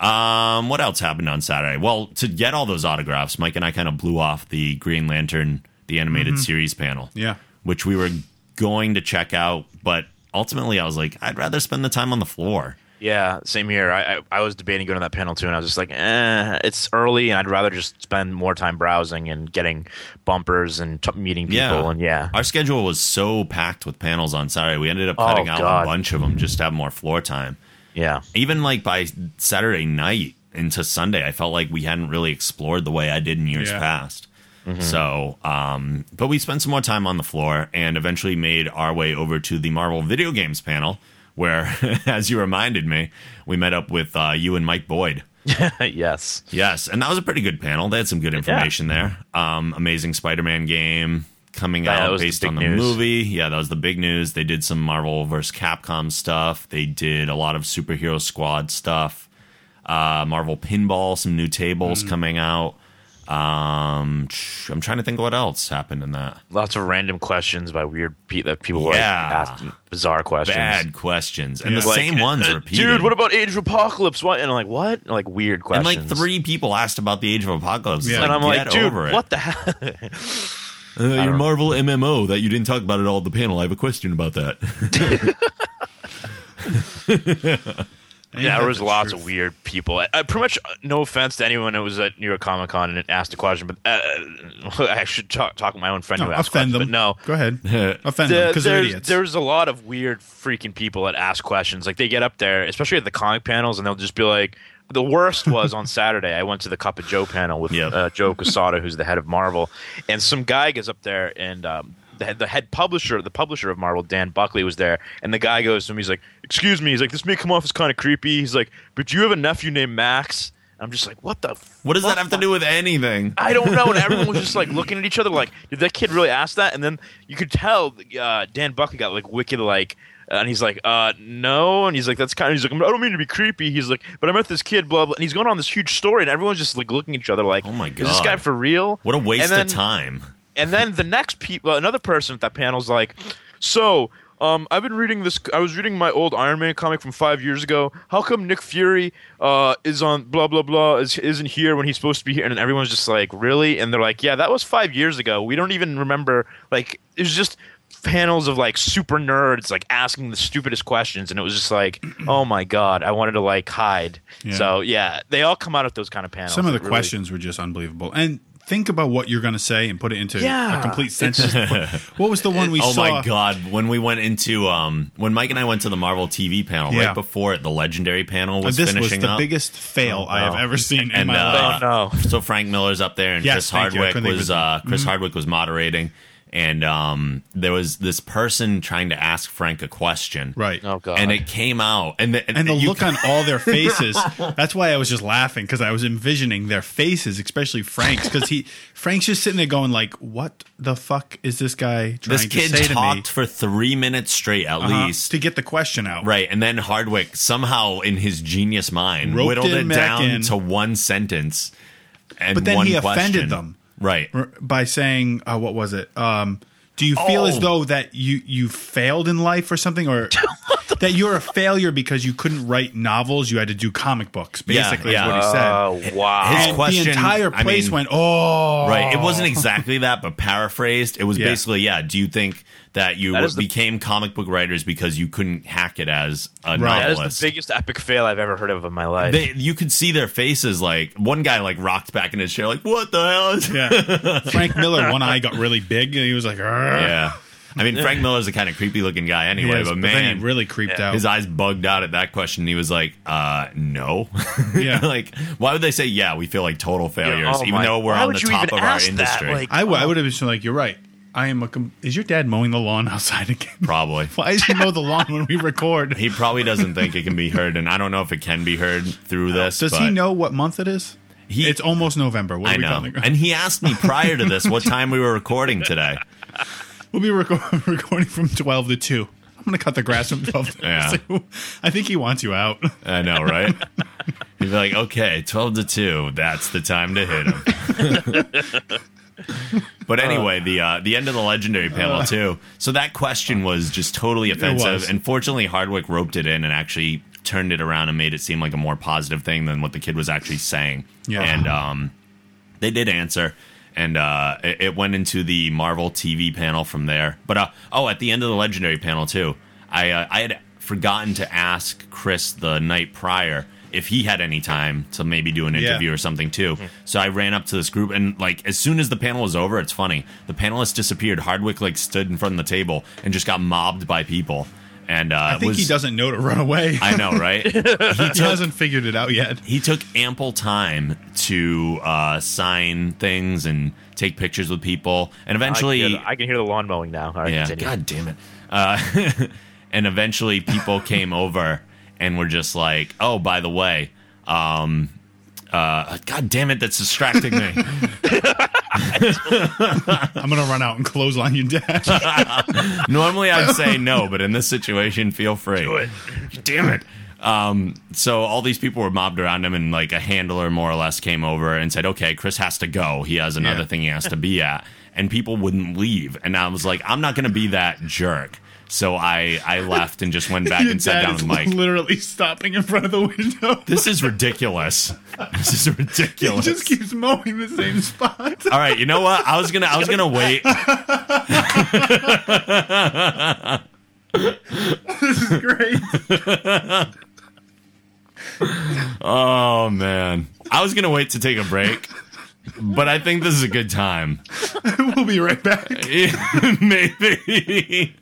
Speaker 2: Um, what else happened on Saturday? Well, to get all those autographs, Mike and I kind of blew off the Green Lantern, the animated series panel.
Speaker 3: Yeah.
Speaker 2: Which we were going to check out, but ultimately I was like, I'd rather spend the time on the floor.
Speaker 4: Yeah, same here. I, I I was debating going to that panel too, and I was just like, eh, it's early, and I'd rather just spend more time browsing and getting bumpers and t- meeting people, and yeah,
Speaker 2: Our schedule was so packed with panels on Saturday. We ended up
Speaker 4: Oh,
Speaker 2: cutting out a
Speaker 4: God.
Speaker 2: bunch of them just to have more floor time.
Speaker 4: yeah, <laughs>
Speaker 2: Even like by Saturday night into Sunday, I felt like we hadn't really explored the way I did in years
Speaker 3: Yeah.
Speaker 2: past.
Speaker 4: Mm-hmm.
Speaker 2: So, um, but we spent some more time on the floor and eventually made our way over to the Marvel video games panel, where, <laughs> as you reminded me, we met up with uh, you and Mike Boyd.
Speaker 4: yes,
Speaker 2: Yes, and that was a pretty good panel. They had some good information there. Um, amazing Spider-Man game coming
Speaker 4: Yeah, that
Speaker 2: out
Speaker 4: was the
Speaker 2: based
Speaker 4: big
Speaker 2: on the
Speaker 4: news.
Speaker 2: movie. Yeah, that was the big news. They did some Marvel vs. Capcom stuff. They did a lot of superhero squad stuff. Uh, Marvel pinball, some new
Speaker 4: Mm.
Speaker 2: tables coming out. Um, tch, I'm trying to think what else happened in that.
Speaker 4: lots of random questions by weird people that people were like,
Speaker 2: Yeah.
Speaker 4: asking bizarre questions.
Speaker 2: Bad questions, and the
Speaker 3: Yeah.
Speaker 2: same ones
Speaker 4: uh,
Speaker 2: repeated.
Speaker 4: Dude, what about Age of Apocalypse? What? And I'm like, what? And, like weird
Speaker 2: and
Speaker 4: questions.
Speaker 2: like three people asked about the Age of Apocalypse. It's
Speaker 3: Yeah.
Speaker 2: Like,
Speaker 4: And I'm like,
Speaker 2: get
Speaker 4: dude,
Speaker 2: over it.
Speaker 4: what the hell?
Speaker 2: Uh, your
Speaker 4: don't-
Speaker 2: Marvel MMO that you didn't talk about at all at the panel. I have a question about
Speaker 3: <laughs>
Speaker 2: that.
Speaker 4: Yeah, there was
Speaker 3: that's
Speaker 4: lots
Speaker 3: true.
Speaker 4: of weird people. I, I- pretty much, uh, no offense to anyone who was at New York Comic Con and asked a question, but uh, <laughs> I should talk, talk with my own friend
Speaker 3: No,
Speaker 4: who asked
Speaker 3: offend
Speaker 4: questions,
Speaker 3: them.
Speaker 4: But no,
Speaker 3: Go ahead. <laughs> offend them
Speaker 4: there,
Speaker 3: because they're
Speaker 4: there's,
Speaker 3: idiots.
Speaker 4: there's a lot of weird freaking people that ask questions. Like they get up there, especially at the comic panels, and they'll just be like, the worst
Speaker 3: <laughs>
Speaker 4: was on Saturday. I went to the Cup of Joe panel with
Speaker 2: Yep.
Speaker 4: uh, Joe Casada, who's the head of Marvel, and some guy gets up there and. Um, the head- the head publisher, the publisher of Marvel, Dan Buckley, was there, and the guy goes to him. He's like, "Excuse me." He's like, "This may come off as kind of creepy." He's like, "But you have a nephew named Max." I'm just like, "What the?
Speaker 2: What does
Speaker 4: fuck?"
Speaker 2: that have to do with anything?
Speaker 4: I don't know. And everyone was just like looking at each other, like, did that kid really ask that? And then you could tell uh, Dan Buckley got like wicked, like, and he's like, uh, no. And he's like, that's kind of, he's like, I don't mean to be creepy. He's like, but I met this kid, blah, blah. And he's going on this huge story, and everyone's just like looking at each other, like,
Speaker 2: Oh my
Speaker 4: Is this
Speaker 2: God.
Speaker 4: guy for real?
Speaker 2: What a waste
Speaker 4: And then-
Speaker 2: of time.
Speaker 4: and then the next people, another person at that panel's like, so. Um, I've been reading this. I was reading my old Iron Man comic from five years ago. How come Nick Fury uh, is on blah blah blah is isn't here when he's supposed to be here? And everyone's just like, really? And they're like, yeah, that was five years ago. We don't even remember. Like it was just panels of like super nerds like asking the stupidest questions, and it was just like, <clears throat> oh my god, I wanted to like hide.
Speaker 3: Yeah.
Speaker 4: So yeah, they all come out of those kind of panels.
Speaker 3: Some of the
Speaker 4: It really-
Speaker 3: questions were just unbelievable. And think about what you're going to say and put it into
Speaker 4: Yeah.
Speaker 3: a complete <laughs> sentence. what was the one we
Speaker 2: oh
Speaker 3: saw?
Speaker 2: my god! When we went into um, when Mike and I went to the Marvel TV panel
Speaker 3: Yeah.
Speaker 2: right before it, the Legendary panel was
Speaker 3: This was
Speaker 2: finishing
Speaker 3: the Oh,
Speaker 2: up.
Speaker 3: biggest fail I have
Speaker 2: wow.
Speaker 3: ever seen in
Speaker 2: And,
Speaker 3: my
Speaker 2: uh,
Speaker 3: life.
Speaker 4: Oh
Speaker 3: <laughs>
Speaker 4: no.
Speaker 2: so Frank Miller's up there, and
Speaker 3: Yes,
Speaker 2: Chris
Speaker 3: thank you.
Speaker 2: Hardwick
Speaker 3: I couldn't Mm-hmm. think
Speaker 2: was
Speaker 3: of
Speaker 2: uh, Chris Hardwick was moderating, and um, there was this person trying to ask Frank a question,
Speaker 3: Right.
Speaker 4: Oh god.
Speaker 2: And it came out, and the,
Speaker 3: and the
Speaker 2: you-
Speaker 3: <laughs> look on all their faces that's why i was just laughing because i was envisioning their faces especially frank's because he frank's just sitting there going like what the fuck is this guy trying
Speaker 2: this
Speaker 3: to say
Speaker 2: kid
Speaker 3: to
Speaker 2: talked
Speaker 3: me
Speaker 2: for three minutes straight at
Speaker 3: Uh-huh,
Speaker 2: least.
Speaker 3: to get the question out
Speaker 2: Right, and then Hardwick somehow, in his genius mind,
Speaker 3: Roped
Speaker 2: whittled it
Speaker 3: him back
Speaker 2: down
Speaker 3: in.
Speaker 2: to one sentence. And
Speaker 3: But then
Speaker 2: one
Speaker 3: he offended
Speaker 2: question.
Speaker 3: them.
Speaker 2: Right.
Speaker 3: R- by saying uh, what was it um do you feel as
Speaker 2: Oh.
Speaker 3: though that you you failed in life or
Speaker 2: <laughs>
Speaker 3: something or that you're a failure because you couldn't write novels you had to do comic books
Speaker 2: Yeah,
Speaker 3: basically
Speaker 2: yeah.
Speaker 3: is what he said
Speaker 4: Oh wow.
Speaker 2: his
Speaker 3: and
Speaker 2: question-
Speaker 3: the entire
Speaker 2: I
Speaker 3: place
Speaker 2: mean-
Speaker 3: went oh
Speaker 2: Right. It wasn't exactly that, but paraphrased. It was
Speaker 3: Yeah.
Speaker 2: basically, yeah, do you think that you
Speaker 4: That is the-
Speaker 2: became comic book writers because you couldn't hack it as a
Speaker 3: Right.
Speaker 4: That
Speaker 2: novelist?
Speaker 4: is the biggest epic fail I've ever heard of in my life.
Speaker 2: they, you could see their faces like one guy like rocked back in his chair like what the hell is
Speaker 3: <laughs> Yeah. Frank Miller, one eye got really big. And he was like, yeah,
Speaker 2: yeah i mean frank miller's a kind of creepy looking guy anyway but man
Speaker 3: he really creeped
Speaker 4: Oh.
Speaker 3: out.
Speaker 2: his eyes bugged out at that question. He was like, uh, no. <laughs>
Speaker 3: Yeah.
Speaker 2: like, why would they say, yeah, we feel like total failures,
Speaker 4: Yeah, oh
Speaker 2: even
Speaker 4: my-
Speaker 2: though we're
Speaker 4: why
Speaker 2: on
Speaker 4: would
Speaker 2: the
Speaker 4: you
Speaker 2: top
Speaker 4: even
Speaker 2: of our
Speaker 4: ask that?
Speaker 2: industry?
Speaker 4: Like-
Speaker 3: I, w- I would have been like, you're right. I am a. Com- is your dad mowing the lawn outside again?
Speaker 2: <laughs>
Speaker 3: <laughs>
Speaker 4: <laughs>
Speaker 2: probably.
Speaker 3: Why does he mow the lawn when we record?
Speaker 2: He probably doesn't think it can be heard, and I don't know if it can be heard through this.
Speaker 3: Does he
Speaker 2: but
Speaker 3: know what month it is?
Speaker 2: He-
Speaker 3: it's almost November. What are
Speaker 2: I
Speaker 3: we
Speaker 2: know.
Speaker 3: calling it?
Speaker 2: And he asked me prior to this
Speaker 4: <laughs>
Speaker 2: what time we were recording today.
Speaker 3: We'll be reco- <laughs> recording from 12 to 2. I'm going to cut the grass from 12 to
Speaker 2: Yeah.
Speaker 3: 2. <laughs> I think he wants you out.
Speaker 2: I know, right? <laughs> He'd be like, okay, 12 to 2, that's the time to hit him. <laughs> but anyway, the uh, the end of the legendary panel, too. So that question was just totally offensive.
Speaker 3: Uh. was.
Speaker 2: And fortunately, Hardwick roped it in and actually turned it around and made it seem like a more positive thing than what the kid was actually saying.
Speaker 3: Yeah.
Speaker 2: And um, they did answer, and uh, it, it went into the Marvel TV panel from there. But uh, oh, at the end of the Legendary panel too, I uh, I had forgotten to ask Chris the night prior if he had any time to maybe do an
Speaker 3: Yeah.
Speaker 2: interview or something too. So I ran up to this group and like as soon as the panel was over, it's funny. The panelists disappeared. Hardwick like stood in front of the table and just got mobbed by people. And uh,
Speaker 3: I think
Speaker 2: was,
Speaker 3: he doesn't know to run away.
Speaker 2: I know, right?
Speaker 3: <laughs> he hasn't figured it out yet.
Speaker 2: he took ample time to uh, sign things and take pictures with people, and eventually,
Speaker 4: I can, hear the, I can hear the lawn mowing now. All right,
Speaker 2: yeah,
Speaker 4: continue.
Speaker 2: God damn it, uh, <laughs> and eventually, <laughs> people came over and were just like, "Oh, by the way, um, uh, God damn it, that's distracting <laughs> me."
Speaker 3: I'm gonna run out and clothesline
Speaker 2: <laughs>
Speaker 3: you down.
Speaker 2: Normally, I'd say no, but in this situation, feel free.
Speaker 4: Do it.
Speaker 2: damn
Speaker 3: <laughs>
Speaker 2: it. Um, so all these people were mobbed around him, and like a handler more or less came over and said, "Okay, Chris has to go. He has another
Speaker 3: Yeah.
Speaker 2: thing he has to be at." And people wouldn't leave, and I was like, "I'm not going to be that jerk." So I I left and just went back
Speaker 3: <laughs> Your
Speaker 2: and sat
Speaker 3: dad
Speaker 2: down
Speaker 3: is
Speaker 2: with Mike.
Speaker 3: literally stopping in front of the
Speaker 2: <laughs>
Speaker 3: window.
Speaker 2: This is ridiculous. <laughs> This is
Speaker 3: He
Speaker 2: ridiculous.
Speaker 3: just keeps mowing the same spot. <laughs>
Speaker 2: All right, you know what? I was gonna, I was gonna wait.
Speaker 3: this is great. <laughs>
Speaker 2: Oh man, I was gonna wait to take a break, but I think this is a good time. <laughs>
Speaker 3: we'll be right back.
Speaker 2: Maybe.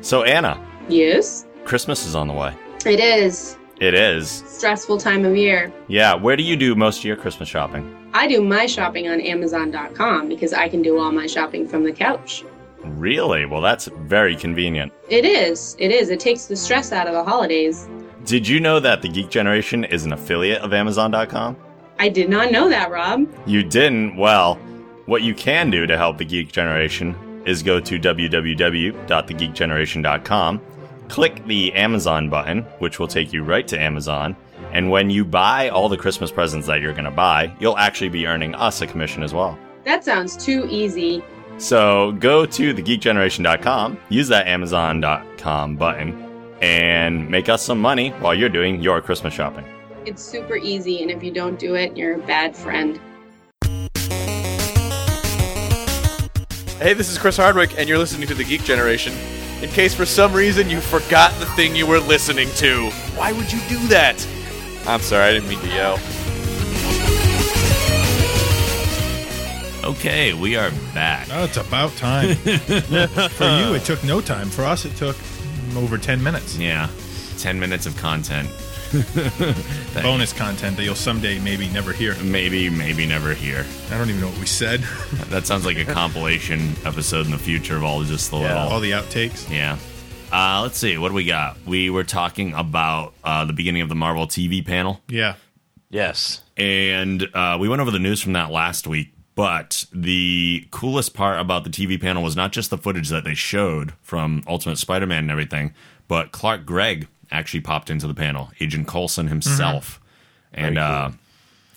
Speaker 5: So, Anna,
Speaker 6: Yes,
Speaker 5: Christmas is on the way.
Speaker 6: it is.
Speaker 5: It is.
Speaker 6: Stressful time of year.
Speaker 5: Yeah, where do you do most of your Christmas shopping?
Speaker 6: I do my shopping on Amazon.com because I can do all my shopping from the couch.
Speaker 5: Really? Well, that's very convenient.
Speaker 6: It is. It is. It takes the stress out of the holidays.
Speaker 5: Did you know that the Geek Generation is an affiliate of Amazon.com?
Speaker 6: I did not know that, Rob.
Speaker 5: You didn't? Well, what you can do to help the Geek Generation is go to www.thegeekgeneration.com, click the Amazon button, which will take you right to Amazon, and when you buy all the Christmas presents that you're going to buy, you'll actually be earning us a commission as well.
Speaker 6: That sounds too easy.
Speaker 5: So go to thegeekgeneration.com, use that amazon.com button, and make us some money while you're doing your Christmas shopping.
Speaker 6: It's super easy, and if you don't do it, you're a bad friend.
Speaker 7: Hey, this is Chris Hardwick, and you're listening to The Geek Generation. In case for some reason you forgot the thing you were listening to, why would you do that? I'm sorry, I didn't mean to yell.
Speaker 2: Okay, we are back.
Speaker 3: Oh, it's about
Speaker 2: <laughs>
Speaker 3: time. for you, it took no time. For us, it took over 10 minutes.
Speaker 2: Yeah, 10 minutes of content.
Speaker 3: Bonus content that you'll someday maybe never hear.
Speaker 2: Maybe, maybe never here.
Speaker 3: I don't even know what
Speaker 2: <laughs>
Speaker 3: we said.
Speaker 2: That sounds like a compilation episode in the future of all just the little.
Speaker 3: All the outtakes.
Speaker 2: Yeah. Uh, let's see. What do we got? We were talking about uh, the beginning of the Marvel TV panel,
Speaker 3: Yeah.
Speaker 4: Yes.
Speaker 2: and uh, we went over the news from that last week. But the coolest part about the TV panel was not just the footage that they showed from Ultimate Spider Man and everything, but Clark Gregg actually popped into the panel, Agent Coulson himself.
Speaker 3: Mm-hmm.
Speaker 2: And uh,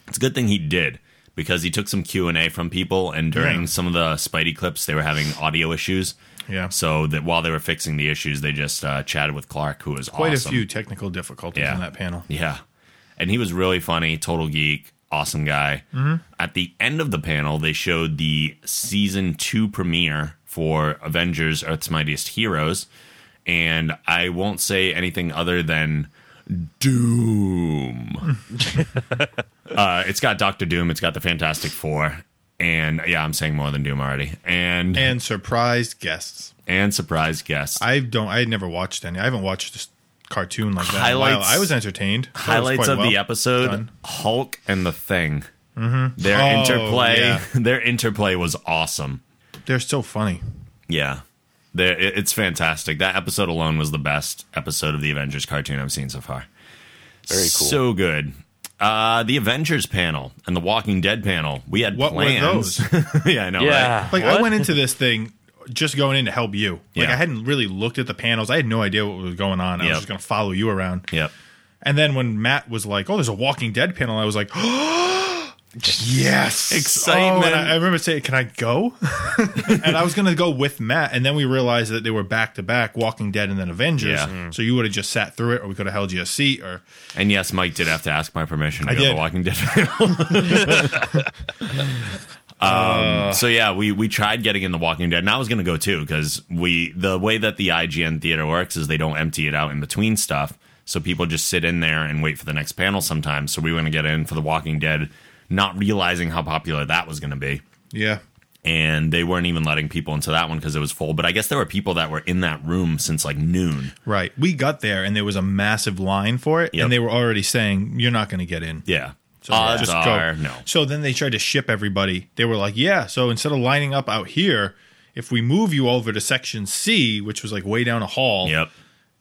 Speaker 2: it's a good thing he did because he took some Q&A from people and during
Speaker 3: Yeah.
Speaker 2: some of the Spidey clips they were having audio issues.
Speaker 3: Yeah.
Speaker 2: So that while they were fixing the issues, they just uh, chatted with Clark, who was
Speaker 3: Quite
Speaker 2: awesome.
Speaker 3: a few technical difficulties
Speaker 2: Yeah.
Speaker 3: on that panel.
Speaker 2: Yeah, and he was really funny, total geek, awesome guy. At the end of the panel, they showed the season two premiere for Avengers: Earth's Mightiest Heroes, and I won't say anything other than Doom. uh, it's got Doctor Doom. It's got the Fantastic Four. And yeah, I'm saying more than Doom already. And and,
Speaker 3: And surprised guests.
Speaker 2: surprise guests.
Speaker 3: I don't. I had never watched any. I haven't watched this cartoon like that. in a while.
Speaker 2: Highlights-
Speaker 3: I was entertained. That was
Speaker 2: highlights
Speaker 3: quite
Speaker 2: of
Speaker 3: well
Speaker 2: the episode
Speaker 3: done.
Speaker 2: Hulk and the Thing. Mm-hmm. Their
Speaker 3: Oh,
Speaker 2: interplay,
Speaker 3: yeah.
Speaker 2: <laughs> their interplay was awesome.
Speaker 3: They're so funny.
Speaker 2: Yeah, They're- it- it's fantastic. That episode alone was the best episode of the Avengers cartoon I've seen so far. Very cool. So good. Uh, the Avengers panel and the Walking Dead panel. We had
Speaker 3: What were
Speaker 2: plans. <laughs> yeah, I know.
Speaker 4: Yeah.
Speaker 2: Right?
Speaker 3: Like I
Speaker 4: What?
Speaker 3: went into this thing just going in to help you. Like
Speaker 2: Yeah.
Speaker 3: I hadn't really looked at the panels. I had no idea what was going on. I
Speaker 2: Yep.
Speaker 3: was just going to follow you around.
Speaker 2: Yep.
Speaker 3: And then when Matt was like, "Oh, there's a Walking Dead panel," I was like, "Oh, <gasps> Yes.
Speaker 2: Excitement.
Speaker 3: Oh, and I, I remember saying, Can I go? <laughs> and I was going to go with Matt. And then we realized that they were back to back Walking Dead and then Avengers.
Speaker 2: Yeah.
Speaker 3: So you would have just sat through it, or we could have held you a seat, or
Speaker 2: And yes, Mike did have to ask my permission to
Speaker 3: I
Speaker 2: go
Speaker 3: did.
Speaker 2: to Walking Dead. <laughs>
Speaker 3: Uh.
Speaker 2: um, so yeah, we we tried getting in the Walking Dead, and I was going to go too because we the way that the IGN theater works is they don't empty it out in between stuff, so people just sit in there and wait for the next panel sometimes. So we were going to get in for the Walking Dead, not realizing how popular that was going to be
Speaker 3: Yeah.
Speaker 2: and they weren't even letting people into that one because it was full. But I guess there were people that were in that room since like noon.
Speaker 3: Right. We got there and there was a massive line for it.
Speaker 2: Yep.
Speaker 3: And they were already saying, You're not going to get in.
Speaker 2: Yeah.
Speaker 3: So
Speaker 2: Odds
Speaker 3: just go.
Speaker 2: are no.
Speaker 3: So then they tried to ship everybody. They were like, yeah, so instead of lining up out here, if we move you over to section C, which was like way down a hall,
Speaker 2: Yep.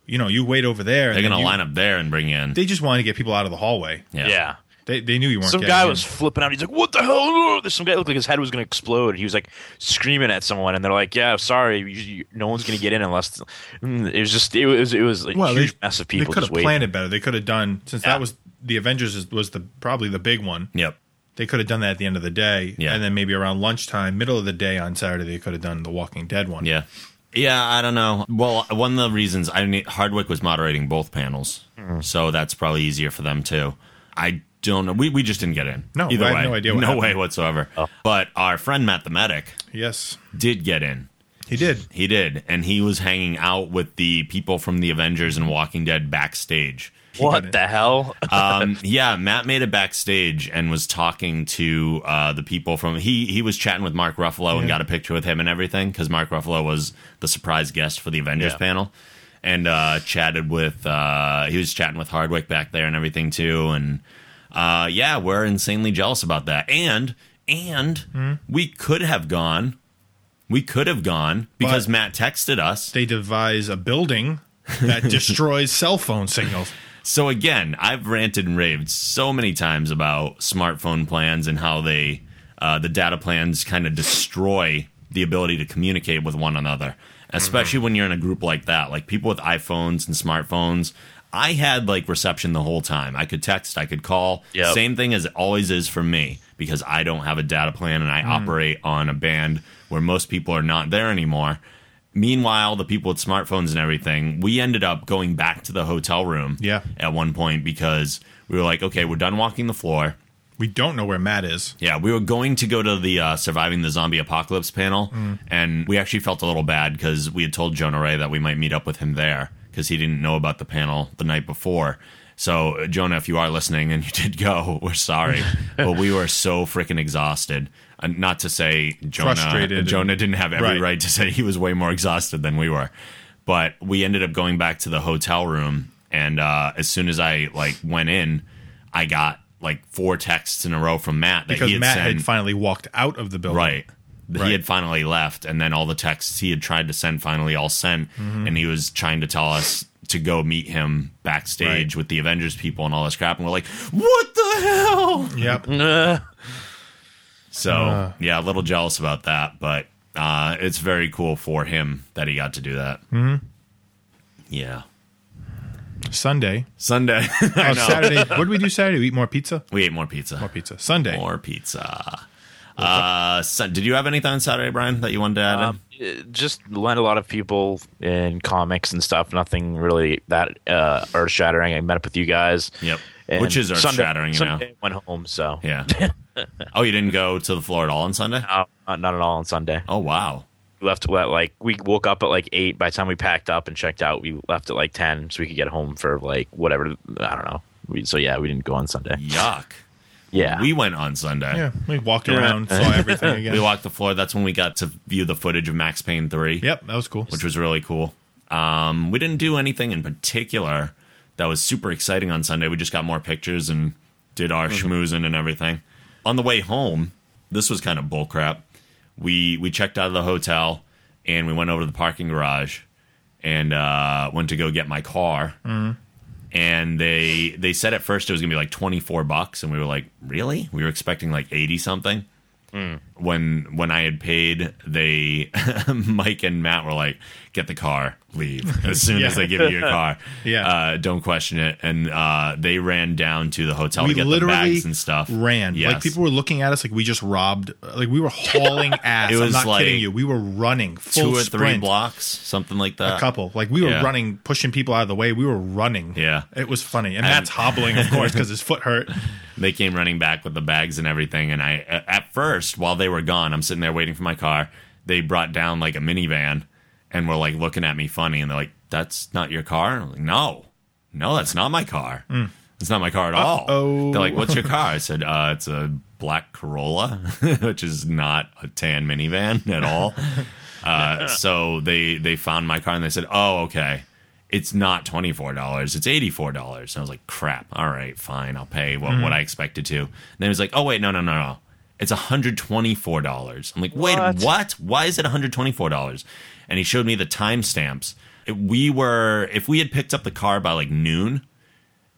Speaker 3: you know, you wait over there.
Speaker 2: They're gonna line up there and bring you in.
Speaker 3: They just wanted to get people out of the hallway.
Speaker 2: Yeah.
Speaker 4: yeah.
Speaker 3: They, they knew you weren't
Speaker 4: Some
Speaker 3: getting
Speaker 4: guy
Speaker 3: in.
Speaker 4: was flipping out. He's like, "What the hell?" There's some guy that looked like his head was going to explode. He was like screaming at someone, and they're like, "Yeah, sorry, you, you, no one's going to get in unless." Mm, It was just it was it was like huge mass of
Speaker 3: They
Speaker 4: people
Speaker 3: could
Speaker 4: just
Speaker 3: have
Speaker 4: waiting.
Speaker 3: planned it better. They could have done since
Speaker 4: Yeah.
Speaker 3: that was the Avengers is, was the probably the big one.
Speaker 2: Yep.
Speaker 3: They could have done that at the end of the day,
Speaker 2: Yeah.
Speaker 3: and then maybe around lunchtime, middle of the day on Saturday, they could have done the Walking Dead one.
Speaker 2: Yeah. Yeah, I don't know. Well, one of the reasons I mean, Hardwick was moderating both panels,
Speaker 3: Mm.
Speaker 2: so that's probably easier for them too. I don't know. We we just didn't get in.
Speaker 3: No,
Speaker 2: either
Speaker 3: I have
Speaker 2: way,
Speaker 3: no idea what
Speaker 2: no
Speaker 3: happened. Oh.
Speaker 2: way whatsoever. But our friend Matt the medic
Speaker 3: Yes,
Speaker 2: did get in.
Speaker 3: he did.
Speaker 2: He did, and he was hanging out with the people from the Avengers and Walking Dead backstage.
Speaker 4: What the hell? <laughs>
Speaker 2: um, yeah, Matt made it backstage and was talking to uh, the people from he he was chatting with Mark Ruffalo and got a picture with him and everything because Mark Ruffalo was the surprise guest for the Avengers
Speaker 4: Yeah.
Speaker 2: panel and uh, chatted with uh, he was chatting with Hardwick back there and everything too and uh, yeah, we're insanely jealous about that and and we could have gone. We could have gone because
Speaker 3: But-
Speaker 2: Matt texted us.
Speaker 3: They devise a building
Speaker 2: <laughs>
Speaker 3: that destroys cell phone signals.
Speaker 2: So again, I've ranted and raved so many times about smartphone plans and how they, uh, the data plans, kind of destroy the ability to communicate with one another, especially when you're in a group like that, like people with iPhones and smartphones. I had like reception the whole time. I could text, I could call.
Speaker 4: Yep.
Speaker 2: Same thing as it always is for me because I don't have a data plan and I operate on a band where most people are not there anymore. Meanwhile, the people with smartphones and everything, we ended up going back to the hotel room
Speaker 3: Yeah.
Speaker 2: at one point because we were like, okay, we're done walking the floor.
Speaker 3: We don't know where Matt is.
Speaker 2: Yeah, we were going to go to the uh, Surviving the Zombie Apocalypse panel, and we actually felt a little bad because we had told Jonah Ray that we might meet up with him there because he didn't know about the panel the night before. So, uh, Jonah, if you are listening and you <laughs> did go, we're
Speaker 3: <laughs>
Speaker 2: sorry, but we were so freaking exhausted. And not to say Jonah,
Speaker 3: Frustrated and-
Speaker 2: Jonah didn't have every
Speaker 3: Right.
Speaker 2: right to say he was way more exhausted than we were. But we ended up going back to the hotel room, and uh, as soon as I like went in, I got like four texts in a row from Matt that
Speaker 3: because
Speaker 2: he had
Speaker 3: Matt
Speaker 2: sent.
Speaker 3: had finally walked out of the building.
Speaker 2: right,
Speaker 3: Right.
Speaker 2: he had finally left, and then all the texts he had tried to send finally all sent,
Speaker 3: Mm-hmm.
Speaker 2: and he was trying to tell us to go meet him backstage
Speaker 3: Right.
Speaker 2: with the Avengers people and all this crap, and we're like, what the hell?
Speaker 3: Yep.
Speaker 4: Uh,
Speaker 2: So
Speaker 3: Uh.
Speaker 2: yeah, a little jealous about that, but uh, it's very cool for him that he got to do that. Mm-hmm. Yeah,
Speaker 3: Sunday.
Speaker 2: Sunday. <laughs> I know.
Speaker 3: Oh, Saturday. What did we do Saturday? We eat more pizza?
Speaker 2: We ate more pizza.
Speaker 3: More pizza. Sunday.
Speaker 2: More pizza. Uh, Sun did you have anything on Saturday, Brian, that you wanted to add? in?
Speaker 4: Um, it just led a lot of people in comics and stuff. Nothing really that uh, earth shattering. I met up with you guys.
Speaker 2: Yep.
Speaker 4: And
Speaker 2: Which is earth-shattering, you know.
Speaker 4: Sunday I went home. So
Speaker 2: Yeah. oh, you didn't go to the floor at all on Sunday?
Speaker 4: No, not, not at all on Sunday.
Speaker 2: Oh, wow.
Speaker 4: We left at like we woke up at like eight. By the time we packed up and checked out, we left at like ten, so we could get home for like whatever. I don't know. We, so yeah, we didn't go on Sunday.
Speaker 2: Yuck.
Speaker 4: Yeah,
Speaker 2: We went on Sunday.
Speaker 3: Yeah. We walked
Speaker 2: <laughs>
Speaker 3: around, saw everything again.
Speaker 2: We walked the floor. That's when we got to view the footage of Max Payne 3,
Speaker 3: yep. That was cool.
Speaker 2: which was really cool. Um, we didn't do anything in particular that was super exciting on Sunday. We just got more pictures and did our schmoozing and everything. On the way home, this was kind of bullcrap. We we checked out of the hotel and we went over to the parking garage and uh, went to go get my car. And they they said at first it was gonna be like twenty four bucks, and we were like, really? We were expecting like eighty something.
Speaker 3: Hmm.
Speaker 2: <laughs> When when I had paid, they Mike and Matt were like, get the car.
Speaker 3: <laughs>
Speaker 2: leave as soon as
Speaker 3: Yeah.
Speaker 2: they give you a car.
Speaker 3: Yeah.
Speaker 2: uh, don't question it. And uh, they ran down to the hotel
Speaker 3: we
Speaker 2: to get the
Speaker 3: literally
Speaker 2: bags and stuff.
Speaker 3: ran. Like
Speaker 2: Yes.
Speaker 3: people were looking at us like we just robbed.
Speaker 2: <laughs>
Speaker 3: Like we were hauling ass.
Speaker 2: It was
Speaker 3: I'm not kidding
Speaker 2: like
Speaker 3: you. We were running full
Speaker 2: two or three
Speaker 3: sprint.
Speaker 2: blocks, something like that.
Speaker 3: A couple. Like we were
Speaker 2: Uh, Yeah.
Speaker 3: running, pushing people out of the way. We were running.
Speaker 2: Yeah.
Speaker 3: it was funny. And Matt's hobbling, of course, because his foot
Speaker 2: <laughs>
Speaker 3: hurt.
Speaker 2: They came running back with the bags and everything. And I, a- at first, while they were gone, I'm sitting there waiting for my car. They brought down like a minivan and were like looking at me funny. And they're like, that's not your car? I'm like, no, no, that's not my car. It's not my car at all.
Speaker 3: Uh-oh.
Speaker 2: They're like, what's your car? I said, uh, it's a black Corolla, <laughs> which is not a tan minivan at all. Uh, so they they found my car and they said, "Oh, okay, it's not twenty four dollars, it's eighty four dollars." And I was like, "Crap! All right, fine, I'll pay what what I expected to." And then it was like, "Oh wait, no, no, no, no, it's one hundred twenty four dollars." I'm like, "Wait,
Speaker 4: What?
Speaker 2: what? Why is it one hundred twenty four dollars?" And he showed me the timestamps. It- We were if we had picked up the car by like noon,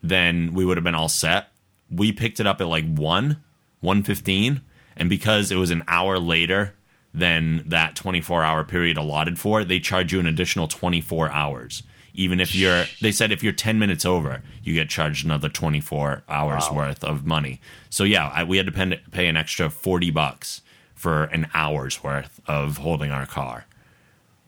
Speaker 2: then we would have been all set. We picked it up at like 1, 115, and because it was an hour later than that 24-hour period allotted for, they charge you an additional 24 hours. Even if you're they said if you're 10 minutes over, you get charged another 24 hours worth of money. So yeah, I, we had to pen, pay an extra 40 bucks for an hour's worth of holding our car,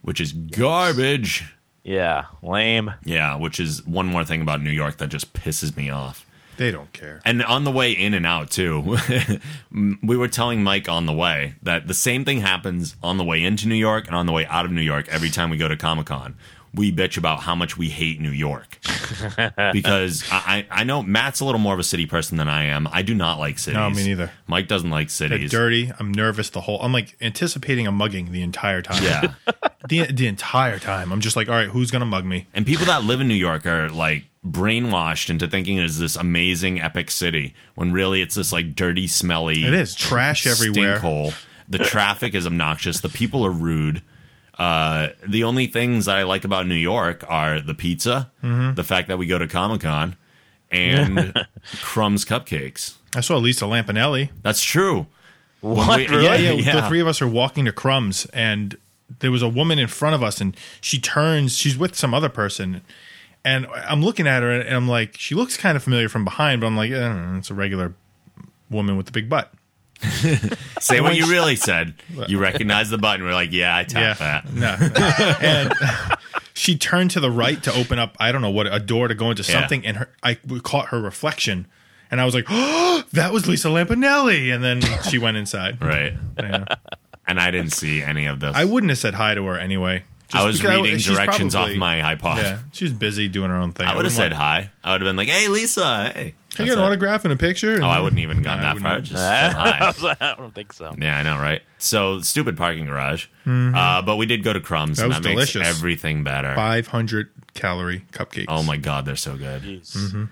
Speaker 2: which is garbage.
Speaker 4: Yeah, lame.
Speaker 2: Yeah, which is one more thing about New York that just pisses me off.
Speaker 3: They don't care.
Speaker 2: And on the way in and out too, <laughs> m- we were telling Mike on the way that the same thing happens on the way into New York and on the way out of New York every time we go to Comic Con. We bitch about how much we hate New York because I, I I know Matt's a little more of a city person than I am. I do not like cities.
Speaker 3: No, me neither.
Speaker 2: Mike doesn't like
Speaker 3: They're
Speaker 2: cities.
Speaker 3: dirty. I'm nervous the whole. I'm like anticipating a mugging the entire time.
Speaker 2: Yeah.
Speaker 3: <laughs> the the entire time. I'm just like, all right, who's gonna
Speaker 2: <laughs>
Speaker 3: mug me?
Speaker 2: And people that live in New York are like brainwashed into thinking it is this amazing epic city when really it's this like dirty, smelly.
Speaker 3: It is trash everywhere.
Speaker 2: Stinkhole. The traffic is obnoxious. The people are rude. Uh, the only things that I like about New York are the pizza,
Speaker 3: Mm-hmm.
Speaker 2: the fact that we go to Comic Con, and
Speaker 3: <laughs>
Speaker 2: crumbs cupcakes.
Speaker 3: I saw Lisa Lampanelli.
Speaker 2: That's true.
Speaker 4: What?
Speaker 2: we-
Speaker 4: really?
Speaker 3: Yeah, yeah,
Speaker 2: Yeah.
Speaker 3: The three of us are walking to Crumbs, and there was a woman in front of us, and she turns. She's with some other person, and I'm looking at her, and I'm like, she looks kind of familiar from behind, but I'm like, eh, it's a regular woman with the big butt.
Speaker 2: Say what you really said. You recognize the button. We're like, yeah, I tap that.
Speaker 3: No. <laughs> and she turned to the right to open up, I don't know what, a door to go into
Speaker 2: Yeah.
Speaker 3: something. And her, I we caught her reflection. And I was like, oh, that was Lisa Lampanelli. And then she went inside.
Speaker 2: Right.
Speaker 3: Yeah.
Speaker 2: And I didn't see any of this.
Speaker 3: I wouldn't have said hi to her anyway.
Speaker 2: I was
Speaker 3: because
Speaker 2: reading
Speaker 3: she's
Speaker 2: directions
Speaker 3: probably-
Speaker 2: off my iPod.
Speaker 3: Yeah, she was busy doing her own thing.
Speaker 2: I would have said
Speaker 3: wouldn't want-
Speaker 2: hi. I would have been like, hey, Lisa. Hey.
Speaker 3: Can I
Speaker 2: That's
Speaker 3: get an
Speaker 2: it.
Speaker 3: autograph and a picture?
Speaker 2: Oh, I wouldn't even gotten
Speaker 3: No,
Speaker 2: that
Speaker 3: I wouldn't
Speaker 2: far.
Speaker 3: have.
Speaker 2: Just
Speaker 3: <laughs>
Speaker 2: said <laughs> hi.
Speaker 4: I don't think so.
Speaker 2: Yeah, I know, right? So stupid parking garage. Uh, but we did go to Crumbs,
Speaker 3: Mm-hmm. That
Speaker 2: and
Speaker 3: was
Speaker 2: that makes
Speaker 3: delicious.
Speaker 2: everything better.
Speaker 3: 500 calorie cupcakes.
Speaker 2: Oh my god, they're so good.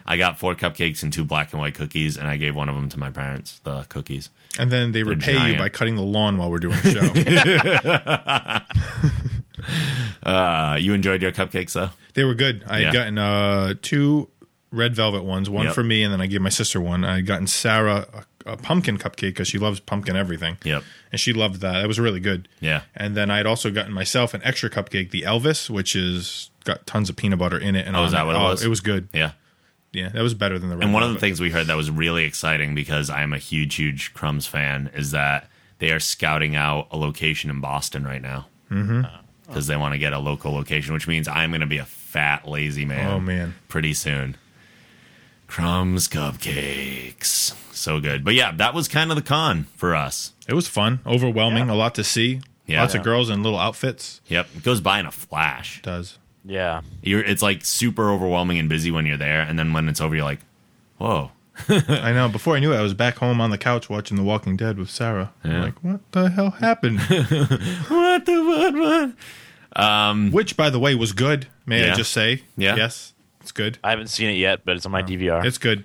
Speaker 2: I got four cupcakes and two black and white cookies, and I gave one of them to my parents. The cookies.
Speaker 3: And then they repay you
Speaker 2: giant.
Speaker 3: by cutting the lawn while we're doing the
Speaker 2: <laughs>
Speaker 3: show.
Speaker 2: Uh, you enjoyed your cupcakes though.
Speaker 3: They were good. I had
Speaker 2: Yeah.
Speaker 3: gotten uh, two red velvet ones, one
Speaker 2: Yep.
Speaker 3: for me, and then I gave my sister one. I had gotten Sarah a, a pumpkin cupcake because she loves pumpkin everything.
Speaker 2: Yep.
Speaker 3: And she loved that. That was really good.
Speaker 2: Yeah.
Speaker 3: And then I had also gotten myself an extra cupcake, the Elvis, which is got tons of peanut butter in it. And
Speaker 2: Oh, is
Speaker 3: on
Speaker 2: that what it was?
Speaker 3: It was good.
Speaker 2: Yeah.
Speaker 3: Yeah, that was better than the red.
Speaker 2: And one of the
Speaker 3: velvet.
Speaker 2: things we heard that was really exciting because I'm a huge, huge Crumbs fan is that they are scouting out a location in Boston right now Mm-hmm. because they want to get a local location, which means I'm going to be a fat, lazy man.
Speaker 3: Oh, man.
Speaker 2: pretty soon. Crumbs cupcakes, so good. But yeah, that was kind of the con for us.
Speaker 3: it was fun, overwhelming, a lot to see,
Speaker 2: Yeah.
Speaker 3: lots of
Speaker 2: Yeah.
Speaker 3: girls in little outfits.
Speaker 2: Yep, it goes by in a flash. <laughs>
Speaker 3: Does
Speaker 4: Yeah.
Speaker 2: You're, it's like super overwhelming and busy when you're there, and then when it's over, you're like, whoa.
Speaker 3: I know? Before I knew it, I was back home on the couch watching The Walking Dead with Sarah. I'm like, what the
Speaker 2: <laughs>
Speaker 3: hell happened?
Speaker 2: What the what what?
Speaker 3: which by the way was good may i
Speaker 2: Mm. Yeah.
Speaker 3: just say
Speaker 2: Yeah.
Speaker 3: yes it's good
Speaker 4: I haven't seen it yet, but it's on my DVR.
Speaker 3: it's good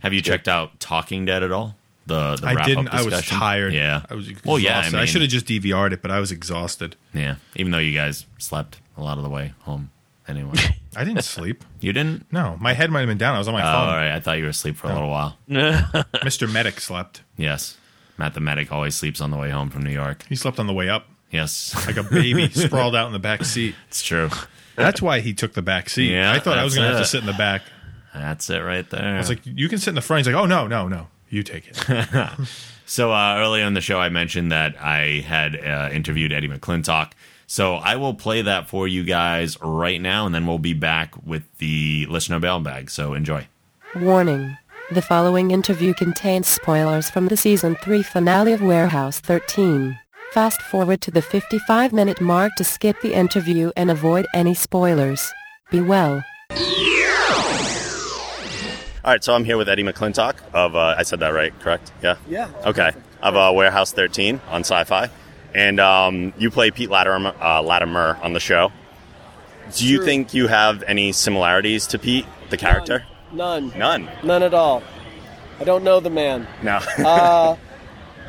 Speaker 2: Have you checked out Talking Dead at all? The, the
Speaker 3: i
Speaker 2: wrap-up
Speaker 3: didn't i was
Speaker 2: discussion?
Speaker 3: tired
Speaker 2: Yeah.
Speaker 3: i was exhausted.
Speaker 2: Well, yeah. I,
Speaker 3: i,
Speaker 2: mean,
Speaker 3: should have just dvr'd it but i was exhausted
Speaker 2: Yeah. Even though you guys slept a lot of the way home, anyway.
Speaker 3: <laughs>
Speaker 2: <laughs>
Speaker 3: i didn't sleep
Speaker 2: you didn't.
Speaker 3: no my head might have been down i was on my
Speaker 2: Oh,
Speaker 3: phone
Speaker 2: all right. I thought you were asleep for a little while.
Speaker 3: mr medic slept
Speaker 2: Yes. Matt the medic always sleeps on the way home from New York.
Speaker 3: he slept on the way up
Speaker 2: Yes. <laughs>
Speaker 3: like a baby sprawled out in the back seat
Speaker 2: It's true.
Speaker 3: That's why he took the back seat.
Speaker 8: Yeah,
Speaker 3: I thought I was
Speaker 8: that's
Speaker 3: going to have to
Speaker 8: it.
Speaker 3: sit in the back.
Speaker 8: That's it right there.
Speaker 3: It's like you can sit in the front. He's like, oh no, no, no, you take
Speaker 2: <laughs>
Speaker 3: it.
Speaker 8: So uh, early on the show, I mentioned that I had uh, interviewed Eddie McClintock. So I will play that for you guys right now, and then we'll be back with the listener mailbag. So enjoy.
Speaker 9: Warning. The following interview contains spoilers from the season 3 finale of Warehouse 13. Fast forward to the 55 minute mark to skip the interview and avoid any spoilers. Be well.
Speaker 2: All right, so I'm here with Eddie McClintock of, uh, I said that right, correct? Yeah?
Speaker 10: Yeah.
Speaker 2: Okay. Of uh, Warehouse 13 on Sci Fi. And um, you play Pete Latimer, uh, Latimer on the show. Do you
Speaker 10: True.
Speaker 2: think you have any similarities to Pete, the character?
Speaker 10: None.
Speaker 2: None.
Speaker 10: None at all. I don't know the man.
Speaker 2: No.
Speaker 10: Uh,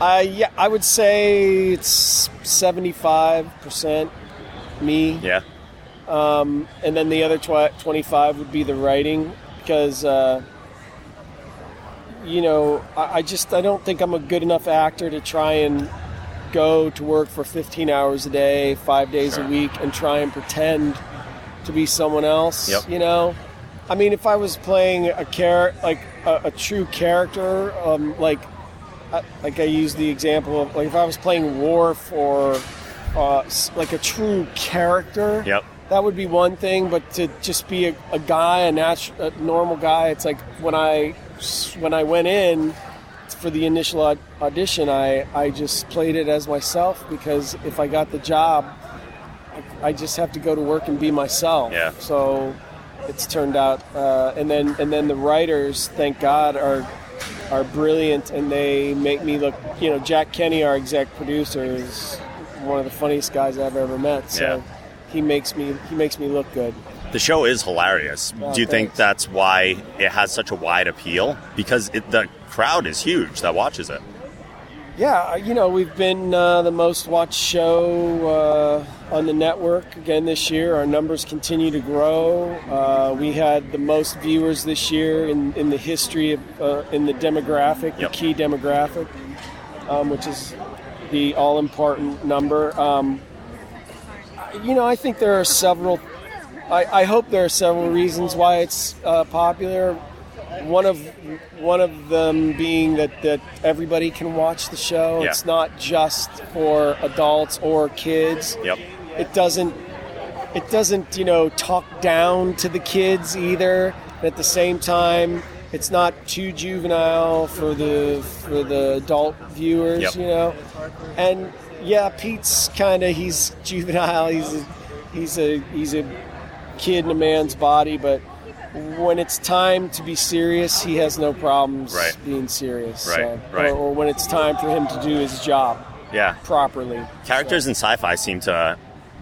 Speaker 10: I yeah, I would say it's seventy-five percent me,
Speaker 2: <laughs> yeah.
Speaker 10: and then the other twi- twenty-five would be the writing because uh, you know I, I just I don't think I'm a good enough actor to try and go to work for fifteen hours a day, five days a week, and try and pretend to be someone else.
Speaker 2: Yep.
Speaker 10: You know, I mean, if I was playing a char- like a, a true character, um, like I, like I used the example of like if I was playing Worf or uh, s- like a true character.
Speaker 2: Yep.
Speaker 10: That would be one thing, but to just be a, a guy, a, natu- a normal guy, it's like when I s- when I went in for the initial au- audition, I I just played it as myself because if I got the job, I just have to go to work and be myself.
Speaker 2: Yeah.
Speaker 10: So it's turned out, uh, and then and then the writers, thank God, are are brilliant, and they make me look. You know, Jack Kenny, our exec producer, is one of the funniest guys I've ever met. So he makes me he makes me look good.
Speaker 2: The show is hilarious.
Speaker 10: Oh,
Speaker 2: Do you think
Speaker 10: thanks.
Speaker 2: that's why it has such a wide appeal? Because it, the crowd is huge that watches it.
Speaker 10: Yeah, you know, we've been uh, the most watched show uh, on the network again this year. Our numbers continue to grow. Uh, we had the most viewers this year in, in the history of, uh, in the
Speaker 2: Yep.
Speaker 10: demographic, the key demographic, um, which is the all important number. Um, you know, I think there are several. I, I hope there are several reasons why it's uh, popular one of one of them being that that everybody can watch the show.
Speaker 2: Yeah.
Speaker 10: It's not just for adults or kids.
Speaker 2: Yep.
Speaker 10: It doesn't it doesn't you know talk down to the kids either. And at the same time, it's not too juvenile for the for the adult viewers.
Speaker 2: Yep.
Speaker 10: You know, and yeah, Pete's kind of he's <laughs> juvenile. He's a, he's a he's a kid in a man's body, but when it's time to be serious, he has no problems
Speaker 2: Right.
Speaker 10: being serious.
Speaker 2: Right,
Speaker 10: so-
Speaker 2: right.
Speaker 10: Or, or when it's time for him to do his job
Speaker 2: Yeah.
Speaker 10: properly.
Speaker 2: Characters in sci-fi seem to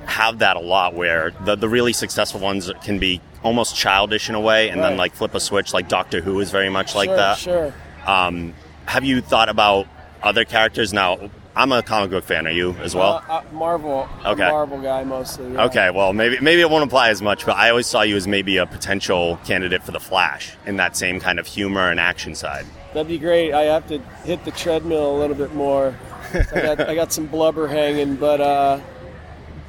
Speaker 2: have that a lot, where the, the really successful ones can be almost childish in a way, and then
Speaker 10: Right.
Speaker 2: like flip a switch. Like Doctor Who is very much like
Speaker 10: sure,
Speaker 2: that.
Speaker 10: Sure.
Speaker 2: Um, have you thought about other characters? Now, I'm a comic book fan. Are you as well?
Speaker 10: uh, uh, Marvel.
Speaker 2: Okay.
Speaker 10: Marvel guy mostly. yeah.
Speaker 2: okay. Well, maybe maybe it won't apply as much, but I always saw you as maybe a potential candidate for the Flash in that same kind of humor and action side.
Speaker 10: That'd be great. I have to hit the treadmill a little bit more. I, got, I got some blubber hanging, but uh,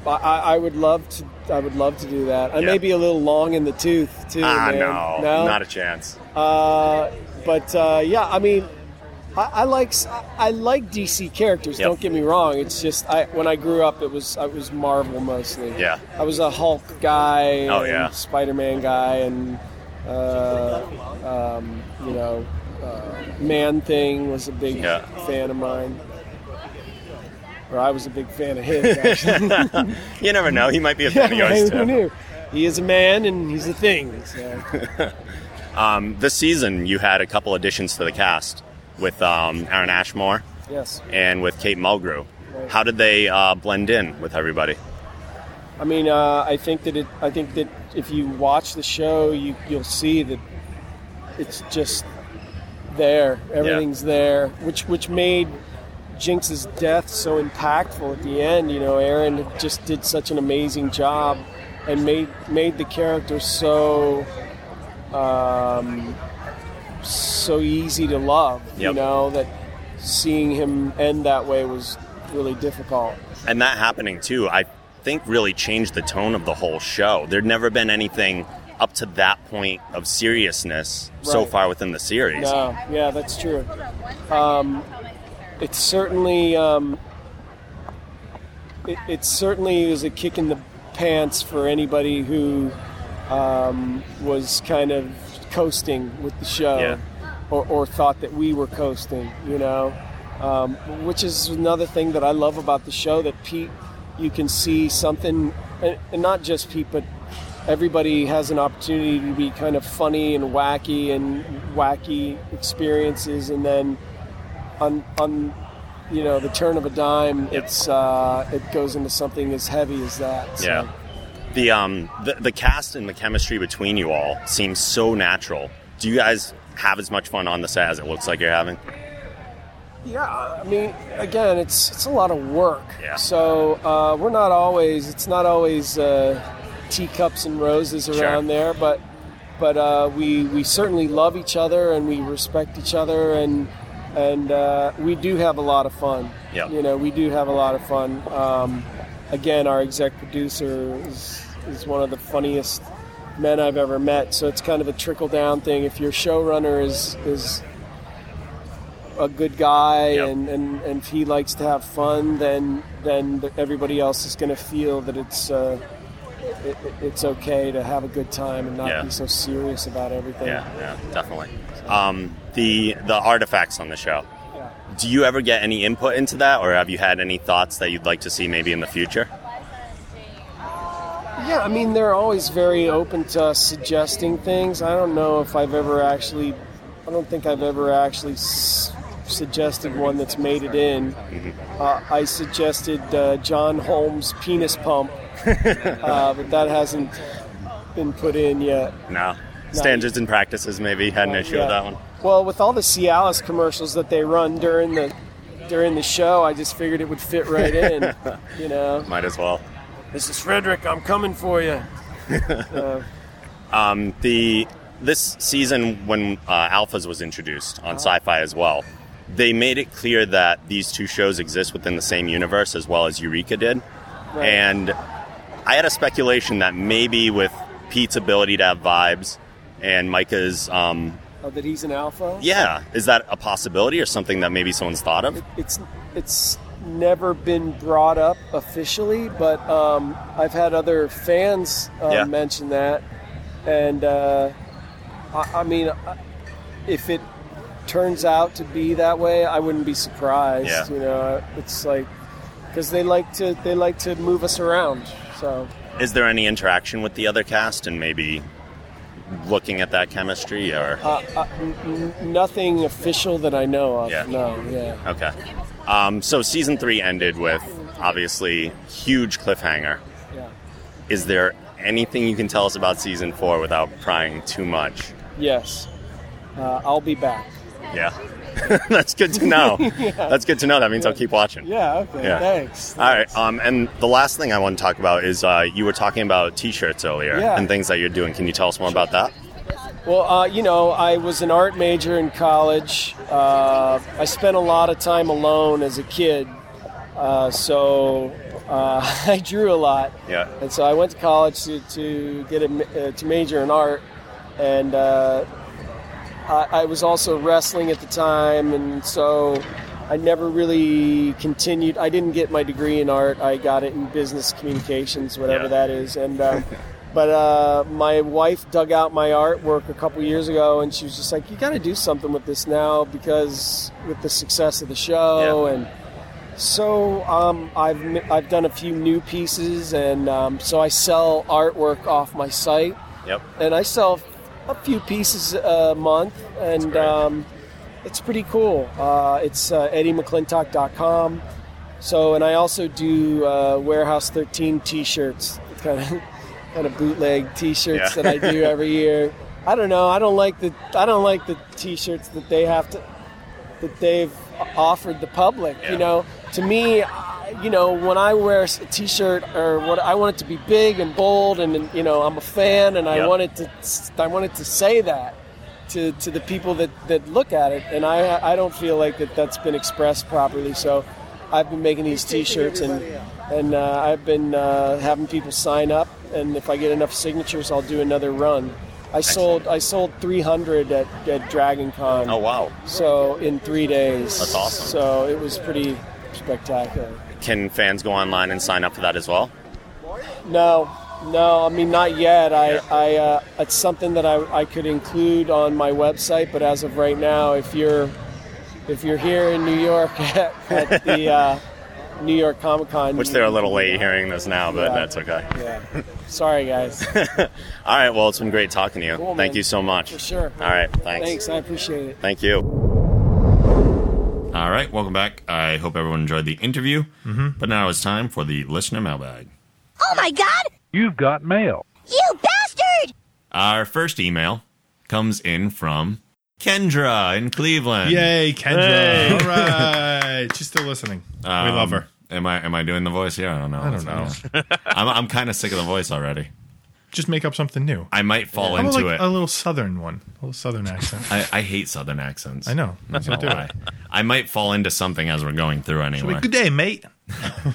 Speaker 10: I, I I would love to. I would love to do that. I
Speaker 2: Yeah.
Speaker 10: may be a little long in the tooth too.
Speaker 2: ah,
Speaker 10: man.
Speaker 2: no,
Speaker 10: no,
Speaker 2: not a chance.
Speaker 10: Uh, but uh, yeah, I mean, I, I like I like DC characters.
Speaker 2: Yep.
Speaker 10: Don't get me wrong. It's just I when I grew up, it was I was Marvel mostly.
Speaker 2: Yeah.
Speaker 10: I was a Hulk guy.
Speaker 2: Oh, yeah.
Speaker 10: Spider Man guy, and uh, um, you know, uh, Man Thing was a big
Speaker 2: Yeah.
Speaker 10: fan of mine. Or I was a big fan
Speaker 2: <laughs>
Speaker 10: of his. Actually.
Speaker 2: You never know. He
Speaker 10: <laughs>
Speaker 2: might be a fan of yours
Speaker 10: Who
Speaker 2: too.
Speaker 10: knew? He is a man, and he's a thing. So.
Speaker 2: Um, this season, you had a couple additions to the cast with um, Aaron Ashmore
Speaker 10: yes.
Speaker 2: and with Kate Mulgrew.
Speaker 10: Right.
Speaker 2: How did they uh, blend in with everybody?
Speaker 10: I mean, uh, I think that it. I think that if you watch the show, you you'll see that it's just there. Everything's there, which which made Jinx's death so impactful at the end. You know, Aaron just did such an amazing job and made made the character so um, so easy to love. You
Speaker 2: Yep.
Speaker 10: know that seeing him end that way was really difficult.
Speaker 2: And that happening too, I think really changed the tone of the whole show. There'd never been anything up to that point of seriousness so
Speaker 10: Right.
Speaker 2: far within the series.
Speaker 10: No, yeah, that's true. Um, it's certainly um, it, it certainly is a kick in the pants for anybody who um, was kind of coasting with the show,
Speaker 2: Yeah.
Speaker 10: or, or thought that we were coasting. You know, um, which is another thing that I love about the show that Pete, you can see something, and, and not just Pete, but everybody has an opportunity to be kind of funny and wacky and wacky experiences and then on on you know the turn of a dime it's uh, it goes into something as heavy as that so.
Speaker 2: Yeah. The um the, the cast and the chemistry between you all seems so natural. Do you guys have as much fun on the set as it looks like you're having?
Speaker 10: Yeah, I mean, again, it's it's a lot of work.
Speaker 2: Yeah.
Speaker 10: So uh, we're not always it's not always uh, teacups and roses around there, but but uh, we we certainly love each other and we respect each other and and uh, we do have a lot of fun.
Speaker 2: Yeah.
Speaker 10: You know, we do have a lot of fun. Um, again, our exec producer is is one of the funniest men I've ever met. So it's kind of a trickle down thing. If your showrunner is is a good guy
Speaker 2: Yep.
Speaker 10: and, and, and if he likes to have fun, then then th- everybody else is going to feel that it's uh, it, it- it's okay to have a good time and not
Speaker 2: Yeah.
Speaker 10: be so serious about everything.
Speaker 2: yeah, definitely. Um the the artifacts on the show.
Speaker 10: Yeah.
Speaker 2: Do you ever get any input into that or have you had any thoughts that you'd like to see maybe in the future?
Speaker 10: Yeah, I mean they're always very open to us suggesting things. I don't know if I've ever actually, I don't think I've ever actually s- suggested one that's made it in. Uh, I suggested uh, John Holmes penis pump, <laughs> uh, but that hasn't been put in yet.
Speaker 2: No. Standards and practices maybe had an issue with that one.
Speaker 10: Well, with all the Cialis commercials that they run during the during the show, I just figured it would fit right in. you know,
Speaker 2: Might as well.
Speaker 10: this is Frederick. I'm coming for you.
Speaker 2: the this season when uh, alphas was introduced
Speaker 10: Uh-huh.
Speaker 2: on sci-fi as well they made it clear that these two shows exist within the same universe as well as eureka did
Speaker 10: Right.
Speaker 2: and i had a speculation that maybe with pete's ability to have vibes and micah's um,
Speaker 10: Oh, that he's an alpha.
Speaker 2: yeah is that a possibility or something that maybe someone's thought of
Speaker 10: it's it's never been brought up officially, but um, I've had other fans uh,
Speaker 2: Yeah.
Speaker 10: mention that, and uh, I, I mean, I- if it turns out to be that way, I wouldn't be surprised.
Speaker 2: Yeah.
Speaker 10: You know, uh, it's like because they like to they like to move us around. So
Speaker 2: is there any interaction with the other cast and maybe looking at that chemistry or
Speaker 10: uh, uh, n- n- nothing official that I know of.
Speaker 2: Yeah.
Speaker 10: No. Yeah.
Speaker 2: Okay. Um, so season three ended with obviously huge cliffhanger.
Speaker 10: Yeah.
Speaker 2: Is there anything you can tell us about season four without prying too much? <laughs>
Speaker 10: Yes. Uh, I'll be back.
Speaker 2: Yeah. That's good to know. That's good to know. That means I'll keep watching.
Speaker 10: Yeah. Okay.
Speaker 2: Yeah.
Speaker 10: Thanks.
Speaker 2: All right. Um, and the last thing I want to talk about is uh, you were talking about T-shirts earlier
Speaker 10: Yeah.
Speaker 2: and things that you're doing. Can you tell us more about that?
Speaker 10: Well, uh, you know, I was an art major in college. Uh, I spent a lot of time alone as a kid, uh, so uh, <laughs> I drew a lot.
Speaker 2: Yeah.
Speaker 10: And so I went to college to, to get a, ma- uh, to major in art, and uh, I, I was also wrestling at the time, and so I never really continued. I didn't get my degree in art. I got it in business communications, whatever
Speaker 2: Yeah.
Speaker 10: that is, and.
Speaker 2: <laughs>
Speaker 10: Uh, But uh, my wife dug out my artwork a couple years ago, and she was just like, "You got to do something with this now because with the success of the show
Speaker 2: Yeah.
Speaker 10: and so um, I've m- I've done a few new pieces, and um, so I sell artwork off my site,
Speaker 2: Yep.
Speaker 10: and I sell a few pieces a month, and
Speaker 2: great.
Speaker 10: um, it's pretty cool. Uh, it's uh, eddiemcclintock.com. So, and I also do uh, warehouse 13 T-shirts, <laughs> kind of kind of bootleg T-shirts
Speaker 2: Yeah.
Speaker 10: that I
Speaker 2: <laughs>
Speaker 10: do every year. I don't know. I don't like the I don't like the T-shirts that they have to that they've offered the public.
Speaker 2: Yeah.
Speaker 10: You know, to me, I- you know, when I wear a T-shirt or what, I want it to be big and bold, and, and, you know, I'm a fan, and
Speaker 2: Yeah.
Speaker 10: I want it to, I want it to say that to, to the people that, that look at it, and I I don't feel like that that's been expressed properly. So I've been making these T-shirts and and uh, I've been uh, having people sign up, and if I get enough signatures, I'll do another run. I sold I sold 300 at, at Dragon Con.
Speaker 5: Oh wow!
Speaker 10: So in three days.
Speaker 5: That's awesome.
Speaker 10: So it was pretty spectacular.
Speaker 5: Can fans go online and sign up for that as well?
Speaker 10: No, no, I mean not yet. I, I uh, it's something that I, I could include on my website, but as of right now, if you're if you're here in New York <laughs> at, at
Speaker 5: <laughs>
Speaker 10: the uh, New York Comic Con,
Speaker 5: Which they're a little late hearing this now, but
Speaker 10: Yeah.
Speaker 5: that's okay.
Speaker 10: Yeah.
Speaker 5: <laughs>
Speaker 10: Sorry, guys.
Speaker 5: All right. Well, it's been great talking to you.
Speaker 10: Cool,
Speaker 5: Thank
Speaker 10: man.
Speaker 5: you so much.
Speaker 10: For sure.
Speaker 5: All right. Thanks.
Speaker 10: Thanks. I appreciate it.
Speaker 5: Thank you.
Speaker 2: All right, welcome back. I hope everyone enjoyed the interview. Mm-hmm. But now it's time for the listener mailbag.
Speaker 11: Oh my god!
Speaker 2: You've got mail.
Speaker 11: You bastard!
Speaker 2: Our first email comes in from Kendra in Cleveland.
Speaker 3: Yay, Kendra.
Speaker 2: Hey.
Speaker 3: All right. She's still listening. we
Speaker 2: Um,
Speaker 3: love her.
Speaker 2: Am I am I doing the voice? Yeah, I don't know.
Speaker 3: I don't
Speaker 2: know. I'm I'm kind of sick of the voice already.
Speaker 3: Just make up something new.
Speaker 2: I might fall
Speaker 3: How about,
Speaker 2: into
Speaker 3: like,
Speaker 2: it.
Speaker 3: A little southern one. A little southern
Speaker 2: <laughs>
Speaker 3: accent.
Speaker 2: I, I hate southern accents.
Speaker 3: I know.
Speaker 2: That's
Speaker 3: Me
Speaker 2: not
Speaker 3: too.
Speaker 2: why. I might fall into something as we're going through
Speaker 3: Should be
Speaker 2: anyway.
Speaker 3: good day, mate.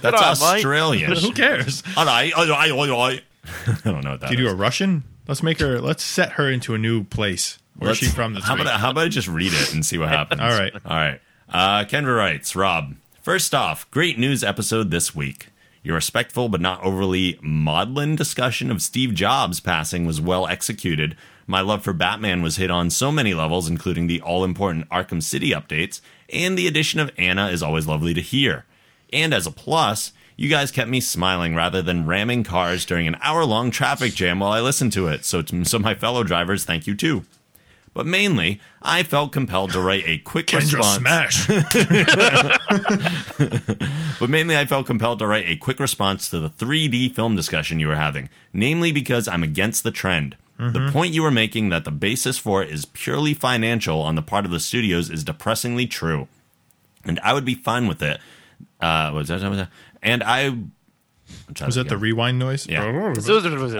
Speaker 2: That's Australian.
Speaker 3: <laughs> Who cares?
Speaker 2: All right. All right. All right. <laughs> I don't know what that
Speaker 3: Did you
Speaker 2: is.
Speaker 3: do a Russian? Let's make her. Let's set her into a new place. Where's
Speaker 2: Let's-
Speaker 3: she from? This
Speaker 2: how
Speaker 3: week?
Speaker 2: about how about I just read it and see
Speaker 3: <laughs>
Speaker 2: what happens?
Speaker 3: All right.
Speaker 2: All right. Uh, Kendra writes, Rob. First off, great news episode this week. Your respectful but not overly maudlin discussion of Steve Jobs' passing was well executed. My love for Batman was hit on so many levels, including the all important Arkham City updates, and the addition of Anna is always lovely to hear. And as a plus, you guys kept me smiling rather than ramming cars during an hour long traffic jam while I listened to it, so, so my fellow drivers, thank you too. But mainly, I felt compelled to write a quick
Speaker 3: Kendra
Speaker 2: response. <laughs>
Speaker 3: Smash?
Speaker 2: But mainly, I felt compelled to write a quick response to the 3D film discussion you were having, namely because I'm against the trend.
Speaker 3: Mm-hmm.
Speaker 2: The point you were making that the basis for it is purely financial on the part of the studios is depressingly true. And I would be fine with it. Uh, what was that, what was that? And I.
Speaker 3: Was that the rewind noise?
Speaker 2: Yeah.
Speaker 4: Those-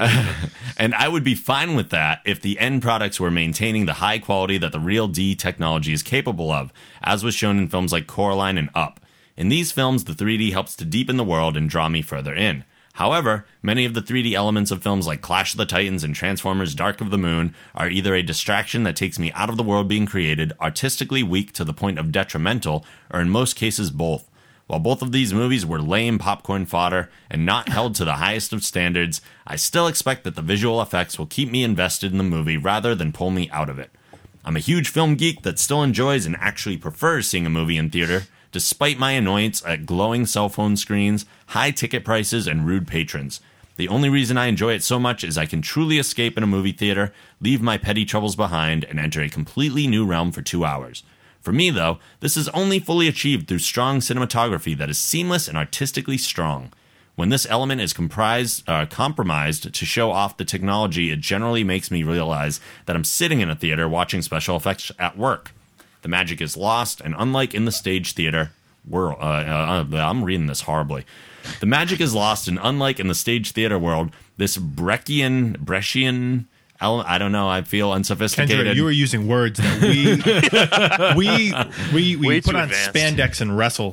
Speaker 2: And I would be fine with that if the end products were maintaining the high quality that the real D technology is capable of, as was shown in films like Coraline and Up. In these films, the 3D helps to deepen the world and draw me further in. However, many of the 3D elements of films like Clash of the Titans and Transformers Dark of the Moon are either a distraction that takes me out of the world being created, artistically weak to the point of detrimental, or in most cases both. While both of these movies were lame popcorn fodder and not held to the highest of standards, I still expect that the visual effects will keep me invested in the movie rather than pull me out of it. I'm a huge film geek that still enjoys and actually prefers seeing a movie in theater, despite my annoyance at glowing cell phone screens, high ticket prices, and rude patrons. The only reason I enjoy it so much is I can truly escape in a movie theater, leave my petty troubles behind, and enter a completely new realm for two hours. For me, though, this is only fully achieved through strong cinematography that is seamless and artistically strong. When this element is comprised, uh, compromised to show off the technology, it generally makes me realize that I'm sitting in a theater watching special effects at work. The magic is lost, and unlike in the stage theater world, uh, uh, uh, I'm reading this horribly. The magic is lost, and unlike in the stage theater world, this Breckian, Brescian, ele- I don't know, I feel unsophisticated.
Speaker 3: Kendra, you were using words that we
Speaker 2: <laughs>
Speaker 3: we we, we
Speaker 4: Way
Speaker 3: put
Speaker 4: too
Speaker 3: on
Speaker 4: advanced.
Speaker 3: spandex and wrestle.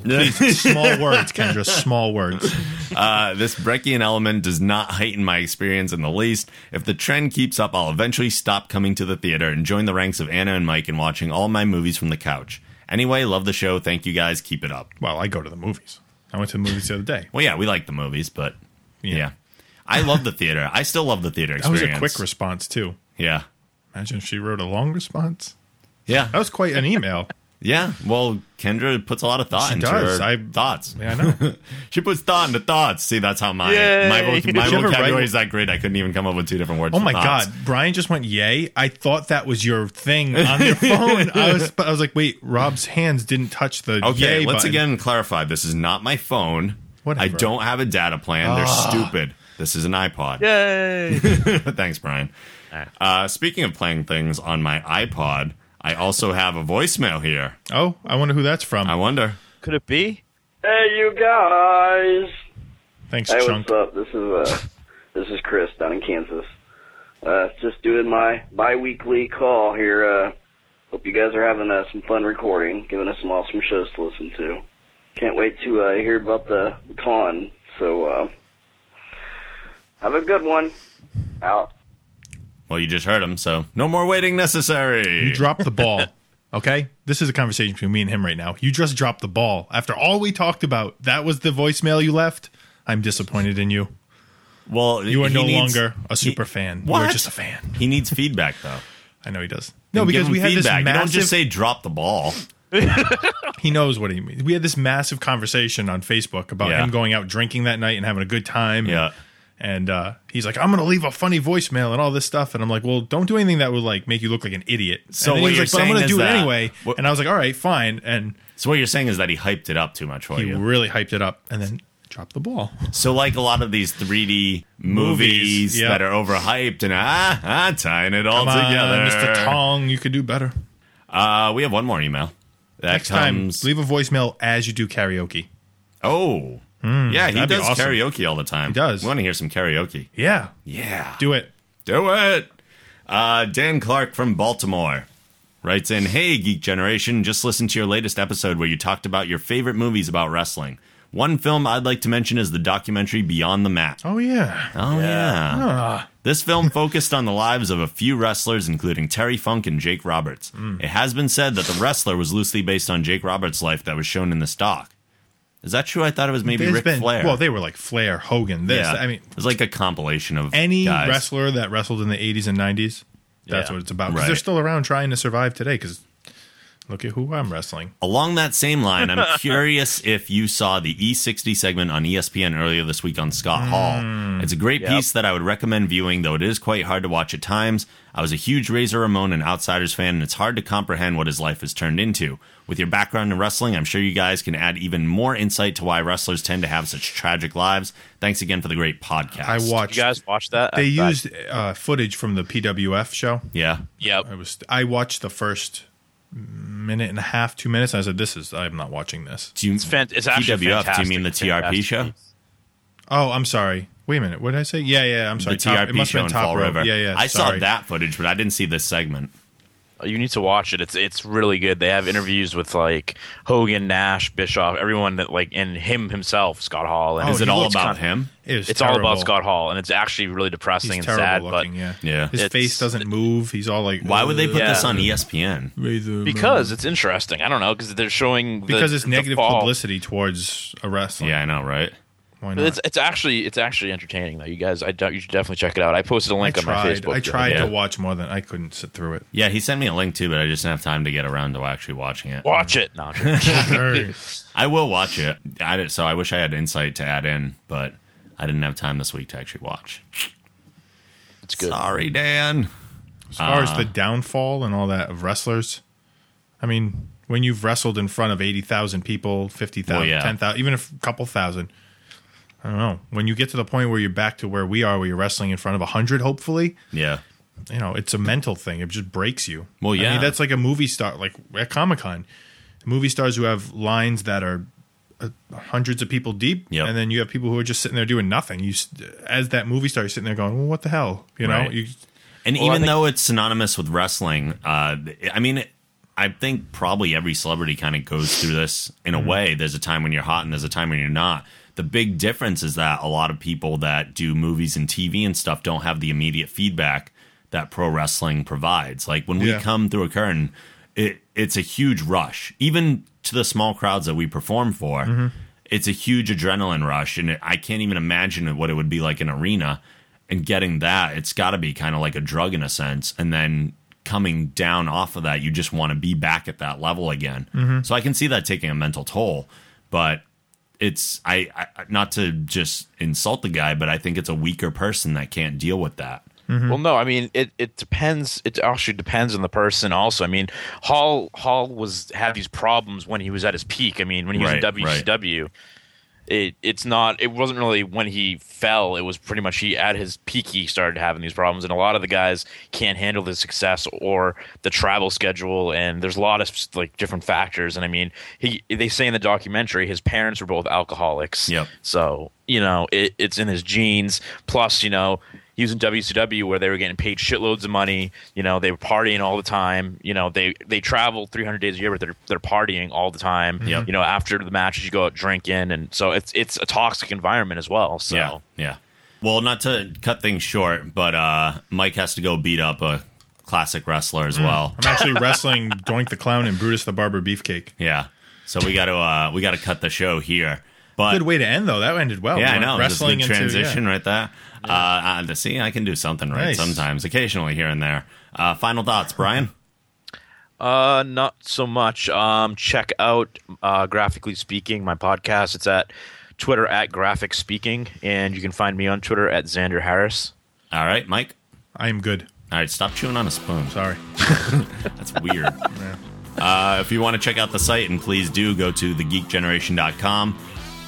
Speaker 2: <laughs>
Speaker 3: Please, small words, Kendra. Small words.
Speaker 2: Uh, this Breckian element does not heighten my experience in the least. If the trend keeps up, I'll eventually stop coming to the theater and join the ranks of Anna and Mike and watching all my movies from the couch. Anyway, love the show. Thank you guys. Keep it up.
Speaker 3: Well, I go to the movies. I went to the movies the other day.
Speaker 2: Well, yeah, we like the movies, but yeah,
Speaker 3: Yeah.
Speaker 2: I love the theater. I still love the theater
Speaker 3: <laughs> That was
Speaker 2: experience.
Speaker 3: a quick response too.
Speaker 2: Yeah,
Speaker 3: Imagine if she wrote a long response.
Speaker 2: yeah,
Speaker 3: That was quite an email.
Speaker 2: yeah. Well, Kendra puts a lot of thought
Speaker 3: She
Speaker 2: into
Speaker 3: does.
Speaker 2: her
Speaker 3: I-
Speaker 2: thoughts.
Speaker 3: Yeah,
Speaker 2: <laughs>
Speaker 3: I know.
Speaker 2: She puts thought into thoughts. See, that's how my my, voc-
Speaker 4: Yay.
Speaker 2: my
Speaker 3: Did you ever
Speaker 2: vocabulary
Speaker 3: write-
Speaker 2: is that great. I couldn't even come up with two different words.
Speaker 3: Oh
Speaker 2: for
Speaker 3: my
Speaker 2: thoughts.
Speaker 3: God, Brian just went yay! I thought that was your thing on your phone. I was, but I was like, wait, Rob's hands didn't touch the
Speaker 2: Okay,
Speaker 3: yay
Speaker 2: let's
Speaker 3: button.
Speaker 2: again clarify. This is not my phone. I
Speaker 3: Whatever. Ah.
Speaker 2: don't have a data plan. They're stupid. This is an iPod.
Speaker 4: Yay!
Speaker 2: <laughs> Thanks, Brian. Uh, speaking of playing things on my iPod, I also have a voicemail here.
Speaker 3: Oh, I wonder who that's from.
Speaker 2: I wonder.
Speaker 4: Could it be?
Speaker 12: Hey, you guys.
Speaker 3: Thanks,
Speaker 12: Hey,
Speaker 3: Chunk.
Speaker 12: what's up? This is uh, this is Chris down in Kansas. Uh, just doing my bi-weekly call here. Uh, hope you guys are having uh, some fun recording, giving us some awesome shows to listen to. Can't wait to uh, hear about the con. So uh, have a good one. Out.
Speaker 2: Well, you just heard him, so no more waiting necessary.
Speaker 3: You
Speaker 2: <laughs>
Speaker 3: dropped the ball. Okay, this is a conversation between me and him right now. You just dropped the ball. After all we talked about, that was the voicemail you left. I'm disappointed in you.
Speaker 2: Well,
Speaker 3: You are
Speaker 2: he
Speaker 3: no
Speaker 2: needs-
Speaker 3: longer a super
Speaker 2: he-
Speaker 3: fan.
Speaker 2: What?
Speaker 3: You are just a fan.
Speaker 2: He needs feedback, though.
Speaker 3: I know he does. No,
Speaker 2: Then give
Speaker 3: because
Speaker 2: him
Speaker 3: we had this
Speaker 2: feedback. You don't
Speaker 3: massive-
Speaker 2: just say drop the ball.
Speaker 3: He knows what he means. We had this massive conversation on Facebook about
Speaker 2: Yeah.
Speaker 3: him going out drinking that night and having a good time.
Speaker 2: Yeah.
Speaker 3: And uh, he's like, I'm going to leave a funny voicemail and all this stuff. And I'm like, well, don't do anything that would like make you look like an idiot.
Speaker 2: So
Speaker 3: and then
Speaker 2: what
Speaker 3: he
Speaker 2: you're
Speaker 3: was like, but I'm
Speaker 2: saying
Speaker 3: gonna
Speaker 2: is
Speaker 3: do
Speaker 2: that-
Speaker 3: it anyway. and I was like, all right, fine. And
Speaker 2: So what you're saying is that he hyped it up too much for
Speaker 3: he
Speaker 2: you.
Speaker 3: really hyped it up Oh, and then dropped the ball.
Speaker 2: So like a lot of these 3D movies,
Speaker 3: Movies, yeah.
Speaker 2: that are overhyped and ah, ah tying it all
Speaker 3: Come on,
Speaker 2: together.
Speaker 3: Mr. Tong, you could do better.
Speaker 2: Uh, we have one more email. That
Speaker 3: Next
Speaker 2: comes.
Speaker 3: time, leave a voicemail as you do karaoke.
Speaker 2: oh,
Speaker 3: Hmm,
Speaker 2: yeah, he
Speaker 3: that'd be
Speaker 2: does
Speaker 3: awesome.
Speaker 2: karaoke all the time. He
Speaker 3: does.
Speaker 2: We want to hear some karaoke.
Speaker 3: Yeah.
Speaker 2: Yeah.
Speaker 3: Do it.
Speaker 2: Do it. Uh, Dan Clark from Baltimore writes in Hey, Geek Generation, just listened to your latest episode where you talked about your favorite movies about wrestling. One film I'd like to mention is the documentary Beyond the Mat.
Speaker 3: Oh, yeah.
Speaker 2: Oh, yeah.
Speaker 3: Ah.
Speaker 2: This film focused on the lives of a few wrestlers, including Terry Funk and Jake Roberts.
Speaker 3: Mm.
Speaker 2: It has been said that the wrestler was loosely based on Jake Roberts' life that was shown in this doc. Is that true? I thought it was maybe
Speaker 3: There's
Speaker 2: Ric
Speaker 3: been-
Speaker 2: Flair.
Speaker 3: Well, they were like Flair, Hogan, this. I mean,
Speaker 2: it was like a compilation of
Speaker 3: any
Speaker 2: guys.
Speaker 3: wrestler that wrestled in the 80s and 90s, that's
Speaker 2: Yeah.
Speaker 3: what it's about. Because
Speaker 2: Right.
Speaker 3: they're still around trying to survive today because look at who I'm wrestling.
Speaker 2: Along that same line,
Speaker 4: <laughs>
Speaker 2: I'm curious if you saw the E60 segment on E ESPN earlier this week on Scott
Speaker 4: Hmm.
Speaker 2: Hall. It's a great piece that I would recommend viewing, though it is quite hard to watch at times. I was a huge Razor Ramon and Outsiders fan, and it's hard to comprehend what his life has turned into. With your background in wrestling, I'm sure you guys can add even more insight to why wrestlers tend to have such tragic lives. Thanks again for the great podcast.
Speaker 3: I watched.
Speaker 4: You guys watch that?
Speaker 3: they
Speaker 4: I- I-
Speaker 3: used uh, footage from the PWF show.
Speaker 2: Yeah.
Speaker 4: Yep.
Speaker 3: I was. I watched the first minute and a half, two minutes. And I said, "This is. I'm not watching this."
Speaker 2: Do you,
Speaker 4: It's, fan- it's actually
Speaker 2: PWF, do
Speaker 4: fantastic.
Speaker 2: you mean the TRP
Speaker 4: Fantastic.
Speaker 2: show?
Speaker 3: Oh, I'm sorry. Wait a minute. What did I say? Yeah, yeah. I'm sorry.
Speaker 2: the
Speaker 3: Top-
Speaker 2: TRP
Speaker 3: it must
Speaker 2: show
Speaker 3: have
Speaker 2: in
Speaker 3: been top
Speaker 2: Fall
Speaker 3: rope.
Speaker 2: River.
Speaker 3: Yeah, yeah.
Speaker 2: I
Speaker 3: sorry.
Speaker 2: saw that footage, but I didn't see this segment.
Speaker 4: You need to watch it. It's it's really good. They have interviews with like Hogan, Nash, Bischoff, everyone that like, and him himself, Scott Hall. And
Speaker 3: Oh,
Speaker 2: Is it
Speaker 3: he
Speaker 2: all
Speaker 3: looks
Speaker 2: about
Speaker 3: kind-
Speaker 2: him?
Speaker 3: It was
Speaker 4: it's all about
Speaker 3: terrible.
Speaker 4: Scott Hall, and it's actually really depressing
Speaker 3: He's
Speaker 4: and sad.
Speaker 3: terrible looking.
Speaker 4: but
Speaker 3: yeah,
Speaker 2: Yeah.
Speaker 3: His
Speaker 4: It's-
Speaker 3: face doesn't move. He's all like.
Speaker 2: Why would they put
Speaker 4: Yeah.
Speaker 2: this on E ESPN?
Speaker 3: Razor
Speaker 4: because it's interesting, I don't know because they're showing the,
Speaker 3: because it's
Speaker 4: the
Speaker 3: negative
Speaker 4: fall.
Speaker 3: publicity towards a wrestler.
Speaker 2: Yeah, I know, right?
Speaker 3: Why
Speaker 4: But
Speaker 3: not?
Speaker 4: It's it's actually it's actually entertaining though. You guys, I don't, you should definitely check it out. I posted a
Speaker 3: I
Speaker 4: link on my
Speaker 3: tried.
Speaker 4: Facebook.
Speaker 3: I tried
Speaker 2: Yeah.
Speaker 3: to watch more than I couldn't sit through
Speaker 4: <laughs>
Speaker 3: it.
Speaker 2: Yeah, he sent me a link too, but I just didn't have time to get around to actually watching it.
Speaker 4: Watch it. No, I'm joking.
Speaker 3: <laughs>
Speaker 2: I will watch it. I did, so I wish I had insight to add in, but I didn't have time this week to actually watch.
Speaker 4: it's good.
Speaker 2: Sorry, Dan.
Speaker 3: As far as the downfall and all that of wrestlers, I mean, when you've wrestled in front of 80,000 people, 50,000,
Speaker 2: Well, yeah.
Speaker 3: 10,000, even a f- couple thousand, I don't know. When you get to the point where you're back to where we are, where you're wrestling in front of 100, hopefully,
Speaker 2: Yeah.
Speaker 3: you know, it's a mental thing. It just breaks you.
Speaker 2: Well,
Speaker 3: I
Speaker 2: yeah.
Speaker 3: mean, that's like a movie star, like at Comic Con, movie stars who have lines that are uh, hundreds of people deep,
Speaker 2: Yep.
Speaker 3: and then you have people who are just sitting there doing nothing. You, s- as that movie star, you're sitting there going, "Well, what the hell?" You know,
Speaker 2: Right.
Speaker 3: you,
Speaker 2: And
Speaker 4: I
Speaker 2: even
Speaker 4: think-
Speaker 2: though it's synonymous with wrestling, uh, I mean, I think probably every celebrity kind of goes through this in
Speaker 4: Mm-hmm.
Speaker 2: a way. There's a time when you're hot and there's a time when you're not. The big difference is that a lot of people that do movies and TV and stuff don't have the immediate feedback that pro wrestling provides. Like when we
Speaker 3: Yeah.
Speaker 2: come through a curtain, it it's a huge rush, even to the small crowds that we perform for. It's a huge adrenaline rush, and it, I can't even imagine what it would be like in arena. And getting that, it's got to be kind of like a drug in a sense. And then coming down off of that, you just want to be back at that level again. So I can see that taking a mental toll, but it's I, I not to just insult the guy, but I think it's a weaker person that can't deal with that. Mm-hmm.
Speaker 4: Well, no, I mean it. It depends. It actually depends on the person. Also, I mean Hall Hall was had these problems when he was at his peak. I mean when he
Speaker 2: Right,
Speaker 4: was in
Speaker 2: right.
Speaker 4: WCW, it it's not. It wasn't really when he fell. It was pretty much he at his peak he started having these problems. And a lot of the guys can't handle the success or the travel schedule. And there's a lot of like different factors. And I mean he they say in the documentary his parents were both alcoholics.
Speaker 2: Yep.
Speaker 4: So you know it, it's in his genes. Plus you know He was in WCW where they were getting paid shitloads of money. You know, they were partying all the time. You know, they they travel 300 days a year, but they're they're partying all the time.
Speaker 2: Yep.
Speaker 4: You know, after the matches, you go out drinking, and so it's it's a toxic environment as well. So
Speaker 2: Yeah, yeah. Well, not to cut things short, but uh, Mike has to go beat up a classic wrestler
Speaker 3: Mm.
Speaker 2: as well. <laughs>
Speaker 3: I'm actually wrestling Doink the Clown and Brutus the Barber Beefcake.
Speaker 2: Yeah. So we got to uh, we got to cut the show here. But
Speaker 3: Good way to end though. That ended well.
Speaker 2: yeah,
Speaker 3: We
Speaker 2: I
Speaker 3: went
Speaker 2: know. Wrestling
Speaker 3: into-
Speaker 2: transition
Speaker 3: yeah.
Speaker 2: right there. Uh, uh, see, I can do something right
Speaker 3: Nice.
Speaker 2: sometimes, occasionally here and there. Uh, final thoughts, Brian.
Speaker 4: Uh, not so much. Um, check out uh, graphically speaking my podcast. It's at Twitter at graphic speaking, and you can find me on Twitter at Xander Harris.
Speaker 2: All right, Mike.
Speaker 3: I am good.
Speaker 2: All right, stop chewing on a spoon.
Speaker 3: Sorry.
Speaker 2: That's weird. uh, if you want to check out the site, and please do go to thegeekgeneration.com.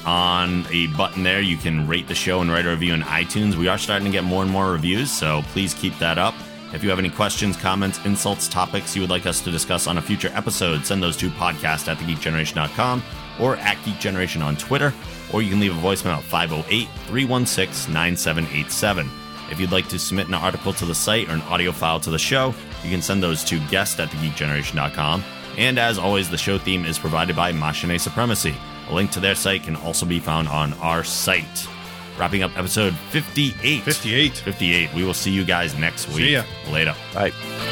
Speaker 2: On a button there, you can rate the show and write a review in iTunes. We are starting to get more and more reviews, so please keep that up. If you have any questions, comments, insults, topics you would like us to discuss on a future episode, send those to podcast at thegeekgeneration.com or at geekgeneration on Twitter, or you can leave a voicemail at 508 316 9787. If you'd like to submit an article to the site or an audio file to the show, you can send those to guest at thegeekgeneration.com. And as always, the show theme is provided by Machine Supremacy. A link to their site can also be found on our site. Wrapping up episode 58.
Speaker 3: 58.
Speaker 2: 58. We will see you guys next week.
Speaker 3: See ya.
Speaker 2: Later.
Speaker 4: Bye.